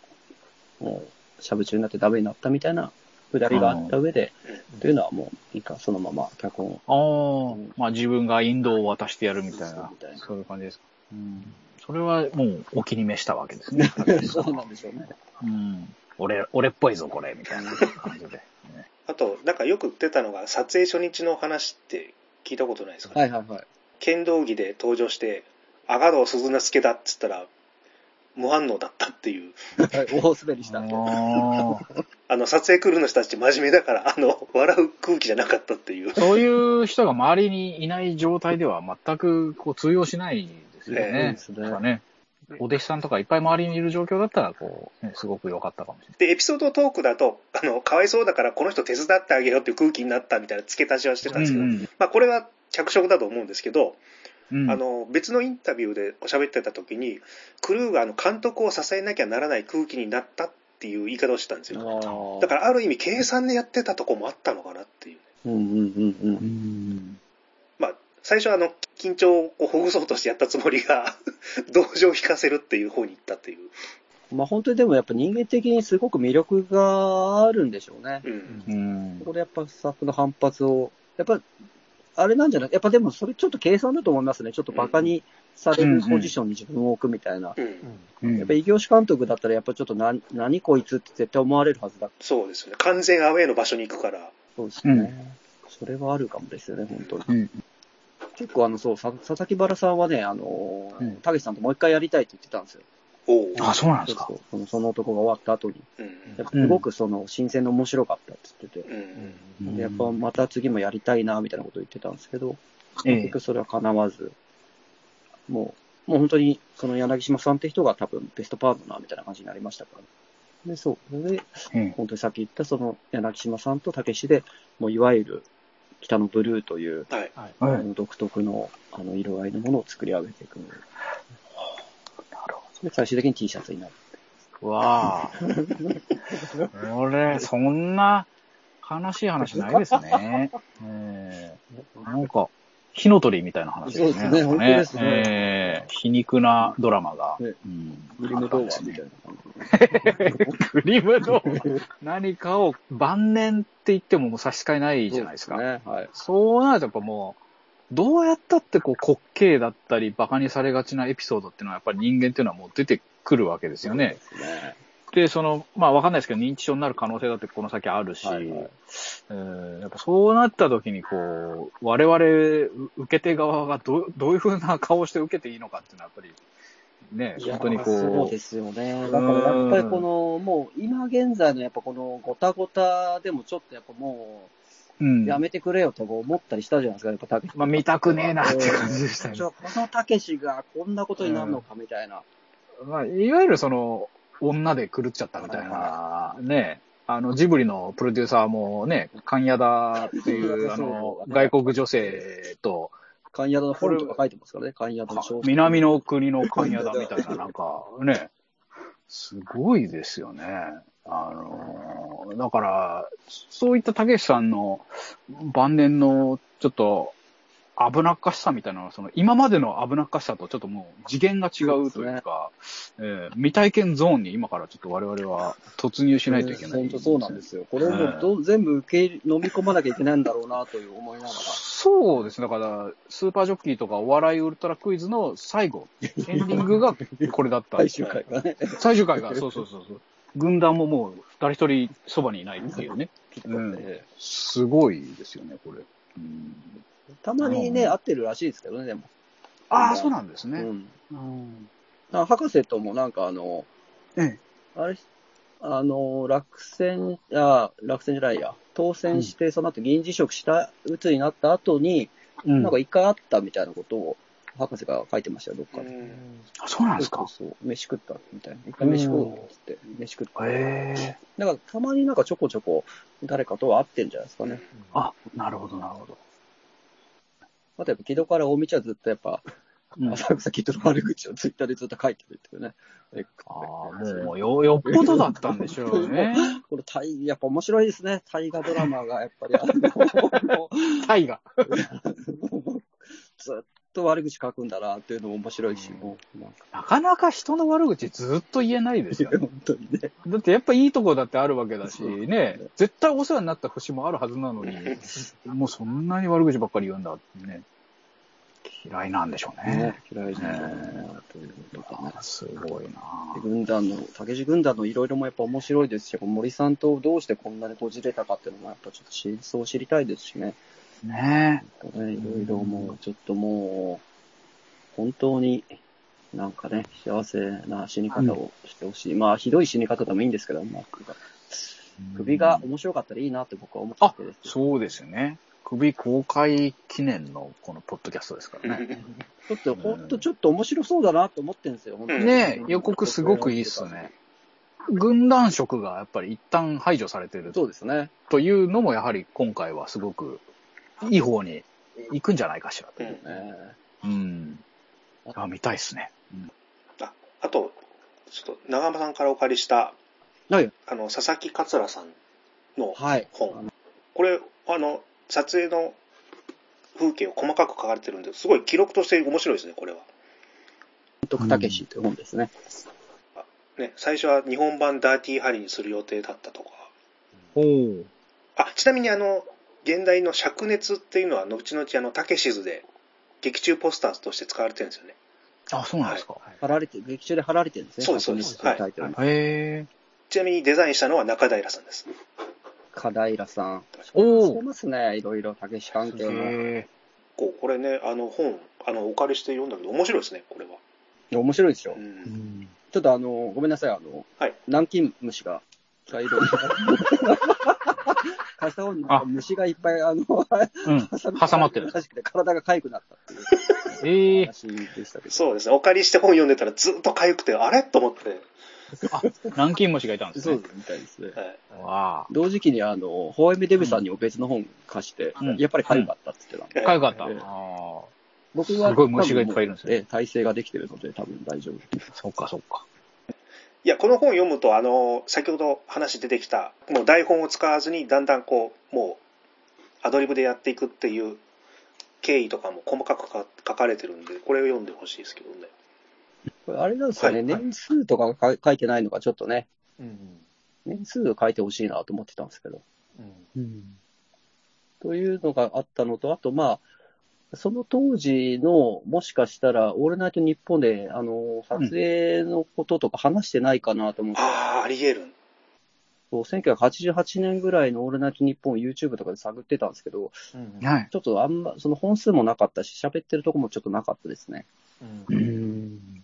S3: もう、しゃぶ中になってダメになったみたいなくだりがあった上で、というのはもう、いいか、そのまま脚本を。
S2: ああ、まあ自分がインドを渡してやるみたいな
S3: そうみたい、な
S2: そういう感じですか。うん。それはもうお気に召したわけですね。
S3: そうなんでしょうね。
S2: うん。俺、俺っぽいぞ、これ、みたいな感じで。
S1: あと、なんかよく出たのが、撮影初日の話って聞いたことないですか、
S3: はいはいはい。
S1: 剣道着で登場して、阿賀堂鈴之助だっつったら、無反応だったっていう、
S3: はい、 大滑りした。
S2: ああ。
S1: あの、撮影クルーの人たち真面目だから、あの、笑う空気じゃなかったっていう。
S2: そういう人が周りにいない状態では全くこう通用しないですよ
S1: ええ
S2: ね。
S3: そうですね
S2: だからね。お弟子さんとかいっぱい周りにいる状況だったら、こう、ね、すごく良かったかもしれない。
S1: で、エピソードトークだと、あの、かわいそうだからこの人手伝ってあげようっていう空気になったみたいな付け足しはしてたんですけど、
S2: うん
S1: まあ、これは着色だと思うんですけど、
S2: うんうん
S1: あの別のインタビューでおしゃべってた時にクルーがあの監督を支えなきゃならない空気になったっていう言い方をしてたんですよだからある意味計算でやってたとこもあったのかなっていう
S3: ら、うんうんうんう。
S2: うんん
S1: まあ最初はあの緊張をほぐそうとしてやったつもりが 同情を引かせるっていう方に行ったっていう、
S3: まあ本当にでもやっぱ人間的にすごく魅力があるんでしょうね。
S1: うん
S2: うん
S3: ここでやっぱスタッフの反発を、やっぱ、あれなんじゃないやっぱでもそれちょっと計算だと思いますね。ちょっとバカにされるポジションに自分を置くみたいな。
S1: うん、
S2: うん
S3: やっぱ異業種監督だったらやっぱちょっとな、何こいつって絶対思われるはずだ。
S1: そうですね完全アウェーの場所に行くから
S3: そうですね。それはあるかもですよね、本当に。
S2: うん
S3: 結構あの、そう、さ佐々木原さんはね、あの
S2: うん
S3: ー、たけしさんともう一回やりたいって言ってたんですよ。
S1: おお、
S2: あ、そうなんですか
S3: そう。そうそのその男が終わった後に。
S1: うん
S3: やっぱすごくその、新鮮で面白かったって言ってて。
S1: うん、
S2: うん
S3: でやっぱまた次もやりたいな、みたいなこと言ってたんですけど、
S2: ええ
S3: 結局それは叶わず、もう、もう本当に、その柳島さんって人が多分ベストパートナーみたいな感じになりましたから。で、そう。それで、
S2: うん
S3: 本当にさっき言ったその柳島さんと武志で、もういわゆる北のブルーという、
S1: はい
S2: はい
S3: あの独特のあの色合いのものを作り上げていくので。で最終的に T シャツになる。
S2: わあ。 これ、そんな悲しい話ないです ね。ええなんか、火の鳥みたいな話ですね。
S3: そう
S2: なん
S3: ですね
S2: か
S3: 本当ですね
S2: ええ皮肉なドラマが。
S3: ね
S2: うん
S3: グリムドーバーみたいな感じ。
S2: グリムドーマ何かを晩年って言ってももう差し支えないじゃないですか。
S3: そうね。はい。
S2: そうなるとやっぱもう、どうやったってこう滑稽だったり、馬鹿にされがちなエピソードっていうのはやっぱり人間っていうのはもう出てくるわけですよね。
S3: そうですね。
S2: で、その、まあわかんないですけど、認知症になる可能性だってこの先あるし、
S3: はいはい
S2: うんやっぱそうなった時にこう、我々受け手側がどうどういうふうな顔をして受けていいのかっていうのはやっぱり、ね、
S3: いや
S2: 本当にこう、
S3: そうですよね。だからやっぱりこの、もう今現在のやっぱこのごたごたでもちょっとやっぱも
S2: うん
S3: う、やめてくれよとか思ったりしたじゃないですか、やっぱたけし。
S2: まあ見たくねえなって感じでしたよね
S3: ち。ょこのたけしがこんなことになるのかみたいな。
S2: まあ、いわゆるその、女で狂っちゃったみたいな、ね、あの、ジブリのプロデューサーもね、カンヤダって いう、あの、外国女性と、
S3: カンヤドの本とか書いてますからね、カンヤドの小説
S2: 南の国のカンヤダみたいな、なんか、ね、すごいですよね。あの、だから、そういったたけしさんの晩年のちょっと、危なっかしさみたいなのは、その今までの危なっかしさとちょっともう次元が違うというか、えー未体験ゾーンに今からちょっと我々は突入しないといけない、
S3: 本当そうなんですよ。これもど、全部受け、飲み込まなきゃいけないんだろうなという思いながら。
S2: そうですね。だから、スーパージョッキーとかお笑いウルトラクイズの最 後、エンディングがこれだった。
S3: 最終回がね。
S2: 最終回が、そうそうそうそう。軍団ももう誰一人そばにいないっていうね。うん。すごいですよね、これ。うん、
S3: たまにね、
S2: うん
S3: 合ってるらしいですけどね、でも。
S2: ああ、そうなんです
S3: う
S2: ね。
S3: ん。
S2: うん。
S3: なんか博士ともなんかあの、
S2: え
S3: あれ、あの、落選、あ、落選じゃないや、当選して、その後議員辞職した、鬱になった後に、
S2: え。な
S3: なんか一回あったみたいなことを、博士が書いてましたよ、どっかで。
S2: そうなんです
S3: そ
S2: か
S3: う。そう、飯食ったみたいな。一回飯食おうっつって、飯食った。
S2: へえ。
S3: だからたまになんかちょこちょこ誰かとは会ってんじゃないですかね。
S2: あ、なるほど、なるほど。
S3: あとやっぱ木戸から大道はずっとやっぱ、
S2: うん、あ
S3: 浅草木戸の悪口をツイッターでずっと書いてるっていうね。X で
S2: あ、もうよ、よっぽどだったんでしょう ね。
S3: これタイ、やっぱ面白いですね。大河ドラマがやっぱり、あの、
S2: タイが。
S3: ずっと悪口書くんだなっていうのも面白いし、
S2: うん
S3: もうなんか、
S2: なかなか人の悪口ずっと言えない ですよね。
S3: 本当にね。
S2: だってやっぱいいとこだってあるわけだし、
S3: そう
S2: ね、絶対お世話になった節もあるはずなのに、もうそんなに悪口ばっかり言うんだってね、嫌いなんでしょうね。
S3: ね嫌いじゃないなということでね。
S2: すごいな
S3: 軍団の、竹地軍団のいろいろもやっぱ面白いですし、森さんとどうしてこんなにこじれたかっていうのもやっぱちょっと真相を知りたいですしね。
S2: ね
S3: いろいろもう、ちょっともう、本当になんかね、幸せな死に方をしてほしい。まあ、ひどい死に方でもいいんですけど、まあ、首が面白かったらいいなって僕は思っててです。
S2: そうですよね。首公開記念のこのポッドキャストですからね。
S3: ちょっと、ほんとちょっと面白そうだなと思ってるんですよ、本当に
S2: ね予告すごくいいっす。ね。軍団色がやっぱり一旦排除されてる
S3: そうですね。
S2: というのもやはり今回はすごくいい方に行くんじゃないかしらと
S1: う。
S2: いうん
S3: ね
S2: うん。あ、見たいっすね。
S1: ああと、ちょっと長山さんからお借りした、
S3: はい
S1: あの、佐々木桂さんの
S3: はい。
S1: 本。これ、あの、撮影の風景を細かく書かれてるんで、すごい記録として面白いですね、これは。
S3: 徳武氏という本ですね。
S1: ね、最初は日本版ダーティーハリーにする予定だったとか。
S2: おお。
S1: あ、ちなみにあの、現代の灼熱っていうのは、後々あの、タケシズで、劇中ポスターとして使われてるんですよね。
S2: あ、そうなんですか。
S3: 貼られて、劇中で貼られてるんですね。
S1: そうですそうです
S3: タイトルの
S2: へえ。
S1: ちなみにデザインしたのは中平さんです。
S3: 片平さん。
S2: お
S3: して
S2: お。
S3: ますね、いろいろ、たけし関係も。
S2: へ
S1: こう、これね、あの本、あの、お借りして読んだけど、面白いですね、これは。
S3: 面白いでしょ
S1: う。。
S2: ーうんん
S3: ちょっとあの、ごめんなさい、あの、
S1: はい
S3: 南京虫が、がい ろいろ。 貸した方に
S2: あ
S3: 虫がいっぱい、あの、
S2: うん。挟まってる
S3: らしくて、体が痒くなったっていう
S2: ええ。
S3: 話でしたけど。
S1: そうですね、お借りして本読んでたらずっと痒くて、あれと思って。
S2: あ、南京虫がいたんです
S3: そう
S2: ね。
S3: です、みたいですね。
S1: はい
S2: わ
S3: 同時期に、あの、ホワイメデブさんにも別の本貸して、
S2: うん
S3: やっぱり痒かったって言ってた。
S2: あ。かよかった。あ
S3: ええ
S2: あ。
S3: 僕
S2: すごい虫がいっぱいいるんですね
S3: ええ体勢ができてるので、多分大丈夫。
S2: そっかそっか。
S1: いや、この本読むと、あの、先ほど話出てきた、もう台本を使わずに、だんだんこう、もう、アドリブでやっていくっていう経緯とかも細かくか書かれてるんで、これを読んでほしいですけどね。
S3: これあれなんですよね、
S1: はいはい
S3: 年数とかがか書いてないのがちょっとね、
S2: うん。
S3: 年数を書いてほしいなと思ってたんですけど。
S4: うん。
S3: というのがあったのと、あとまあ、その当時の、もしかしたら、オールナイト日本で、あの、撮影のこととか話してないかなと思って、
S1: ああ、あり得る。
S3: こう1988年ぐらいのオールナイト日本を YouTube とかで探ってたんですけど、
S2: はい。
S3: ちょっとあんま、その本数もなかったし、喋ってるとこもちょっとなかったですね。
S4: うん。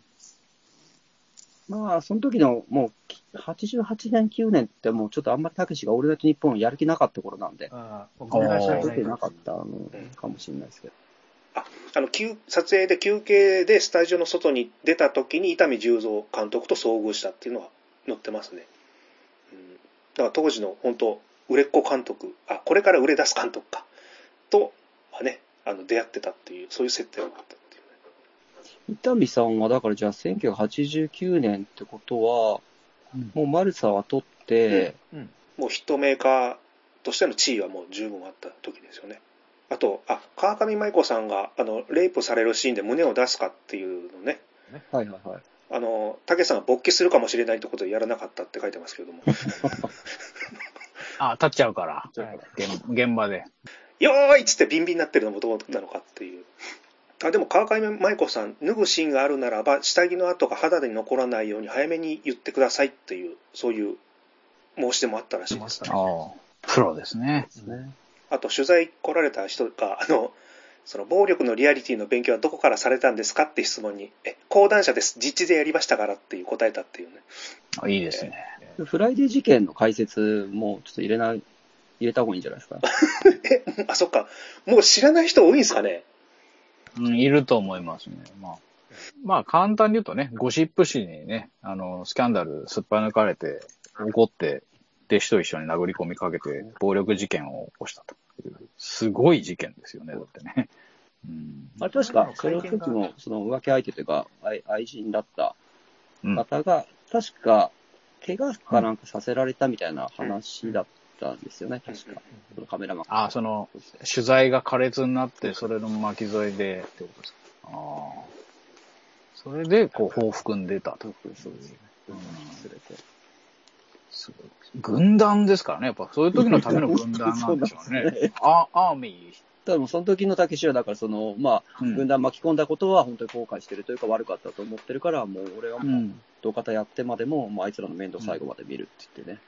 S3: まあ、その時の、もう、88年、9年ってもうちょっとあんまりたけしがオールナイト日本をやる気なかった頃なんで、
S5: ああ、
S2: ごめんな
S3: そ
S2: さ
S3: の
S2: い
S3: 時
S5: 出
S3: なかったのかもしれないですけど。
S1: あの、休撮影で休憩でスタジオの外に出た時に、伊丹十三監督と遭遇したっていうのは載ってますね。うん。だから当時の、本当売れっ子監督、あ、これから売れ出す監督か、と、まあね、あの、出会ってたっていう、そういう設定があったっていうね。
S3: 伊丹さんは、だからじゃあ1989年ってことは、
S2: うん
S3: もうマルサは取って、
S1: もうヒットメーカーとしての地位はもう十分あった時ですよね。あと、あ、川上舞子さんが、あの、レイプされるシーンで胸を出すかっていうのね、
S3: はいはいはい。
S1: あの、竹さんが勃起するかもしれないってことでやらなかったって書いてますけれども、
S2: あ、立っちゃうから。
S5: はい
S2: 現現場で。
S1: よーいっつってビンビンになってるのもどうだったのかっていう。あでも川上舞子さん、脱ぐシーンがあるならば、下着の跡が肌で残らないように早めに言ってくださいっていう、そういう申し出もあったらしいです。
S2: ああ。プロですね。
S3: ね
S1: あと取材来られた人が、あの、その暴力のリアリティの勉強はどこからされたんですかって質問に、え、講談社です。実地でやりましたからっていう答えたっていうね。
S2: あいいですね。
S3: フライデー事件の解説もちょっと入れない、入れた方がいいんじゃないですか。
S1: あ、そっか。もう知らない人多いんですかね。
S2: うん、いると思いますね。まあ、まあ、簡単に言うとね、ゴシップ誌にね、あの、スキャンダルすっぱ抜かれて、怒って、弟子と一緒に殴り込みかけて、暴力事件を起こしたという。すごい事件ですよね、だってね。うん。
S3: あれ確か、その時も、その浮気相手というか、愛愛人だった
S2: うん
S3: 方が、確か、怪我かなんかさせられたみたいな話だったんですよね、確か。そのカメラマン。
S2: ああ、その、取材が苛烈になって、それの巻き添えで、ってことですか。ああ。それで、こう、報復に出たと。
S3: そうですね。忘れて
S2: すごい軍団ですからね。やっぱ、そういう時のための軍団なんでしょう
S3: そうなんです
S2: ね。あアーミ
S3: ただもうその時のたけしは、だからその、まあ、
S2: ー。うん
S3: 軍団巻き込んだことは本当に後悔してるというか悪かったと思ってるから、もう俺は
S2: う。
S3: もうん同方やってまでも、もうあいつらの面倒最後まで見るって言ってね。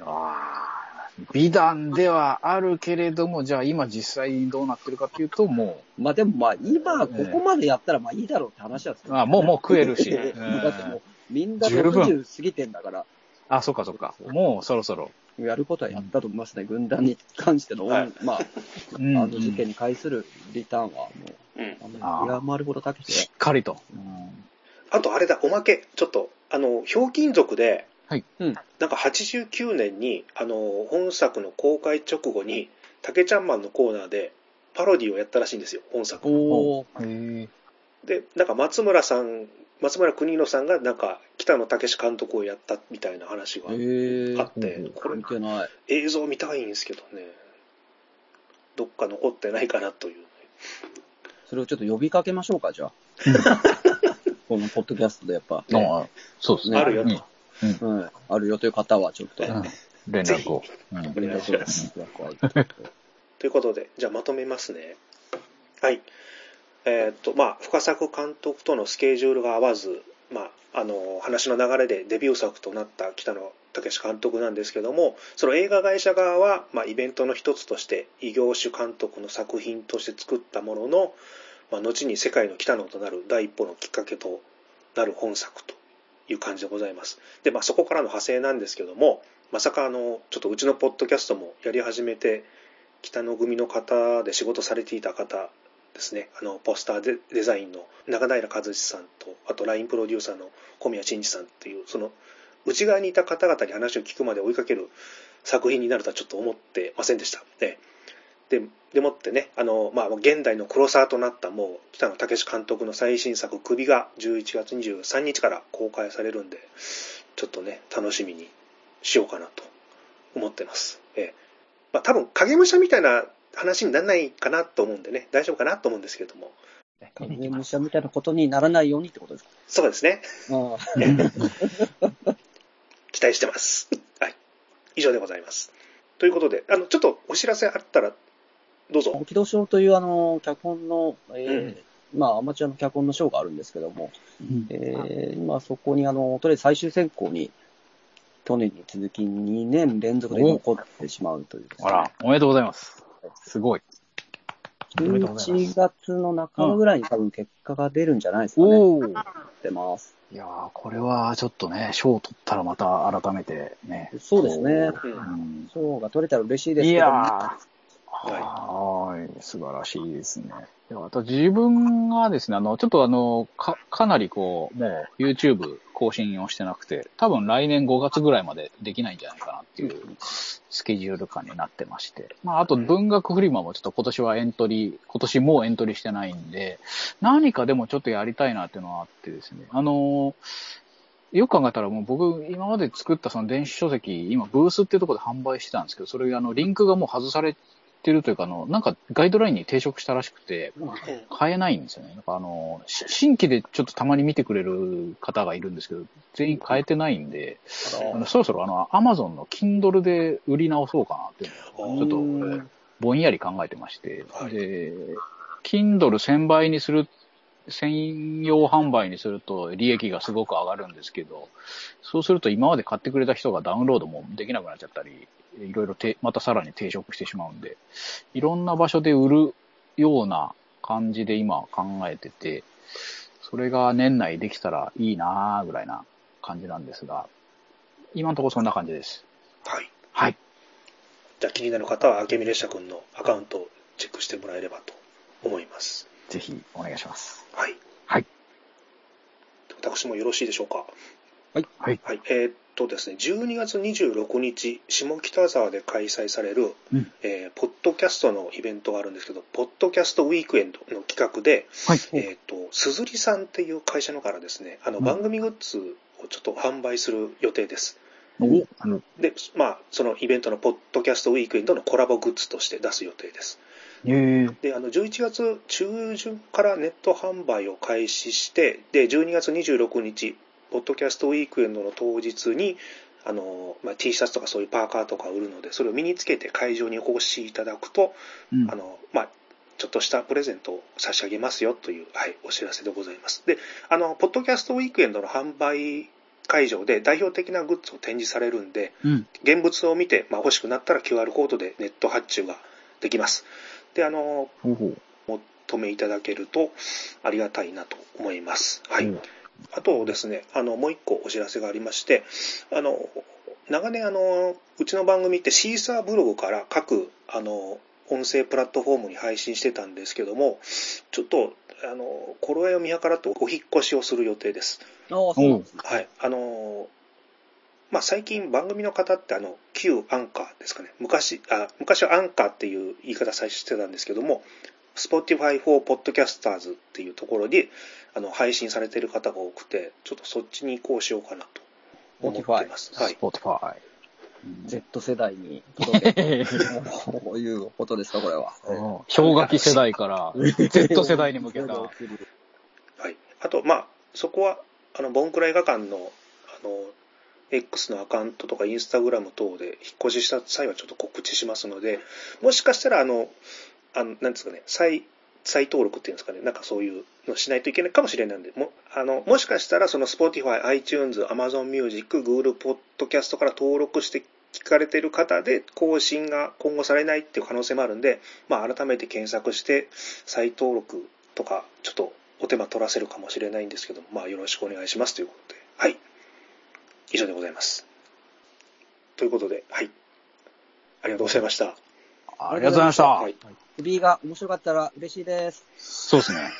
S2: ああ、美談ではあるけれども、じゃあ今実際にどうなってるかっていうと、も
S3: まあでもまあ、今、ここまでやったらまあいいだろうって話なんですけ
S2: う、
S3: ど、
S2: あもうもう食えるし。
S3: だってもう
S2: うん、
S3: みんな
S2: 十分
S3: 60過ぎてんだから、
S2: あ、そっかそっか。もうそろそろ。
S3: やることはやったと思いますね、軍団に関しての、
S1: はい
S3: まあ、
S2: あ
S3: あの事件に対するリターンは、も
S1: うん。
S3: う、
S2: あ
S3: あ
S2: ー
S3: の、山るほどたけし
S2: しっかりと。
S1: あとあれだ、おまけ。ちょっと、あの、ひょうきん族で、
S2: はい
S3: うん
S1: なんか89年に、あの、本作の公開直後に、竹ちゃんマンのコーナーで、パロディをやったらしいんですよ、本作の。
S3: おー、
S2: へ
S1: で、なんか松村さん、松村邦洋さんが、なんか北野武監督をやったみたいな話が
S3: え
S1: あっ
S3: ー、
S1: て、
S2: うん
S1: これ
S3: 見、てない。
S1: 映像見たいんですけどね、どっか残ってないかなという。
S3: それをちょっと呼びかけましょう か、じゃあ。このポッドキャストでやっぱ、
S2: え。あそうですね。
S1: あるよ
S2: うん
S1: と。
S3: うん、あるよという方はちょっと、
S2: うん連絡を。うん
S1: お願いします
S3: 連絡を
S1: ということで、じゃあまとめますね。はい。えーっと、まあ、深作監督とのスケジュールが合わず、まあ、あの、話の流れでデビュー作となった北野武監督なんですけども、その映画会社側は、まあ、イベントの一つとして、異業種監督の作品として作ったものの、まあ、後に世界の北野となる第一歩のきっかけとなる本作という感じでございます。で、まあ、そこからの派生なんですけども、まさかあの、ちょっとうちのポッドキャストもやり始めて、北野組の方で仕事されていた方ですね、あの、ポスターデデザインの中平和志さんと、あと LINE プロデューサーの小宮真二さんっていう、その、内側にいた方々に話を聞くまで追いかける作品になるとはちょっと思ってませんでした。ね、で、でもってね、あの、まあ、現代の黒沢となったもう、北野武監督の最新作、首が11月23日から公開されるんで、ちょっとね、楽しみにしようかなと思ってます。ええまあ、多分影武者みたいな話にならないかなと思うんでね、大丈夫かなと思うんですけれども、
S3: 影武者みたいなことにならないようにってことですか
S1: そうですね、
S3: あ
S1: 期待してます。 はい。以上でございます。ということで、あの、ちょっとお知らせあったら、どう
S3: あ、
S1: ぞ。
S3: 沖戸賞というあの、脚本の、
S1: うん
S3: えー、まあ、アマチュアの脚本の賞があるんですけども、えー、今そこにあの、とりあえず最終選考に、去年に続き2年連続で残ってしまうというですね、
S2: あら、おめでとうございます。すごい。おめでとうございます
S3: 11月の中頃ぐらいに多分結果が出るんじゃないですかね。
S2: おお。
S3: ってます。
S2: いやー、これはちょっとね、賞を取ったらまた改めてね。
S3: そうですね。
S1: うん
S2: うん
S3: 賞が取れたら嬉しいです
S2: い
S3: けど
S2: や
S3: も、
S2: ー、はーい、素晴らしいですね。ではあと自分がですね、あの、ちょっとあの、か、かなりこう、もう YouTube 更新をしてなくて、多分来年5月ぐらいまでできないんじゃないかなっていうスケジュール感になってまして。まあ、あと文学フリマもちょっと今年はエントリー、今年もうエントリーしてないんで、何かでもちょっとやりたいなっていうのはあってですね、あのーよく考えたらもう僕今まで作ったその電子書籍、今ブースっていうところで販売してたんですけど、それあのリンクがもう外されってるというか、あの、なんかガイドラインに抵触したらしくて、買えないんですよね。なんかあの、し新規でちょっとたまに見てくれる方がいるんですけど、全員買えてないんで、あのそろそろあの、アマゾンの Kindle で売り直そうかなっていう
S1: うん
S2: ちょっと
S1: うん
S2: ぼんやり考えてまして、
S1: はい
S2: で、Kindle 1000倍にする、専用販売にすると利益がすごく上がるんですけど、そうすると今まで買ってくれた人がダウンロードもできなくなっちゃったり、いろいろてまたさらに抵触してしまうんで、いろんな場所で売るような感じで今考えてて、それが年内できたらいいなーぐらいな感じなんですが、今のところそんな感じです。
S1: はい。
S2: はい。
S1: じゃあ気になる方は、明美列車君のアカウントをチェックしてもらえればと思います。
S2: ぜひお願いします。
S1: はい。
S2: はい。
S1: 私もよろしいでしょうか。
S3: はい。
S2: はい
S1: はい。えーっとですね、12月26日、下北沢で開催される、
S2: うん
S1: えーポッドキャストのイベントがあるんですけど、ポッドキャストウィークエンドの企画で、
S2: はい。
S1: えーっと、すずりさんっていう会社のからですね、あの、
S2: うん
S1: 番組グッズをちょっと販売する予定です。
S2: おあの
S1: で、まあ、そのイベントのポッドキャストウィークエンドのコラボグッズとして出す予定です。
S2: えー、
S1: であの11月中旬からネット販売を開始してで12月26日ポッドキャストウィークエンドの当日にあの、まあ、T シャツとかそういうパーカーとか売るのでそれを身につけて会場にお越しいただくと
S2: うん
S1: あの、まあ、ちょっとしたプレゼントを差し上げますよという、はい、お知らせでございますであのポッドキャストウィークエンドの販売会場で代表的なグッズを展示されるんで、
S2: うん。
S1: 現物を見て、まあ、欲しくなったら QR コードでネット発注ができます。で、あの、
S2: ほうほう。
S1: 止めいただけるとありがたいなと思います。はい。
S2: うん
S1: あとですね、あの、もう一個お知らせがありまして、あの、長年あの、うちの番組ってシーサーブログから各、あの、音声プラットフォームに配信してたんですけども、ちょっと、あの、頃合いを見計らってお引っ越しをする予定です。
S3: ああ、そうなんですね。
S1: はい。あのーまあ、最近番組の方ってあの、旧アンカーですかね。昔、あ、昔はアンカーっていう言い方最初してたんですけども、Spotify for Podcasters っていうところで、あの、配信されてる方が多くて、ちょっとそっちに移行しようかなと思ってます。は
S2: ス
S1: い。
S2: ポーツファイ。
S3: Z 世代に届 けるこういうことですか、これは。
S2: うん氷河期世代から Z 世代に向けた。
S1: はい。あと、まあ、そこは、あの、ボンクラ映画館の、あの、X のアカウントとかインスタグラム等で引っ越しした際はちょっと告知しますので、もしかしたら、あの、あの、なんですかね、再、再登録っていうんですかね、なんかそういうのしないといけないかもしれないんで、も、あの、もしかしたら、その Spotify、iTunes、Amazon Music、Google Podcast から登録して聞かれてる方で、更新が今後されないっていう可能性もあるんで、まあ、改めて検索して、再登録とか、ちょっとお手間取らせるかもしれないんですけども、まあ、よろしくお願いしますということで、はい。以上でございます。ということで、はい。ありがとうございました。
S2: ありがとうございました。
S1: はい。
S3: B が面白かったら嬉しいです。
S2: そうですね。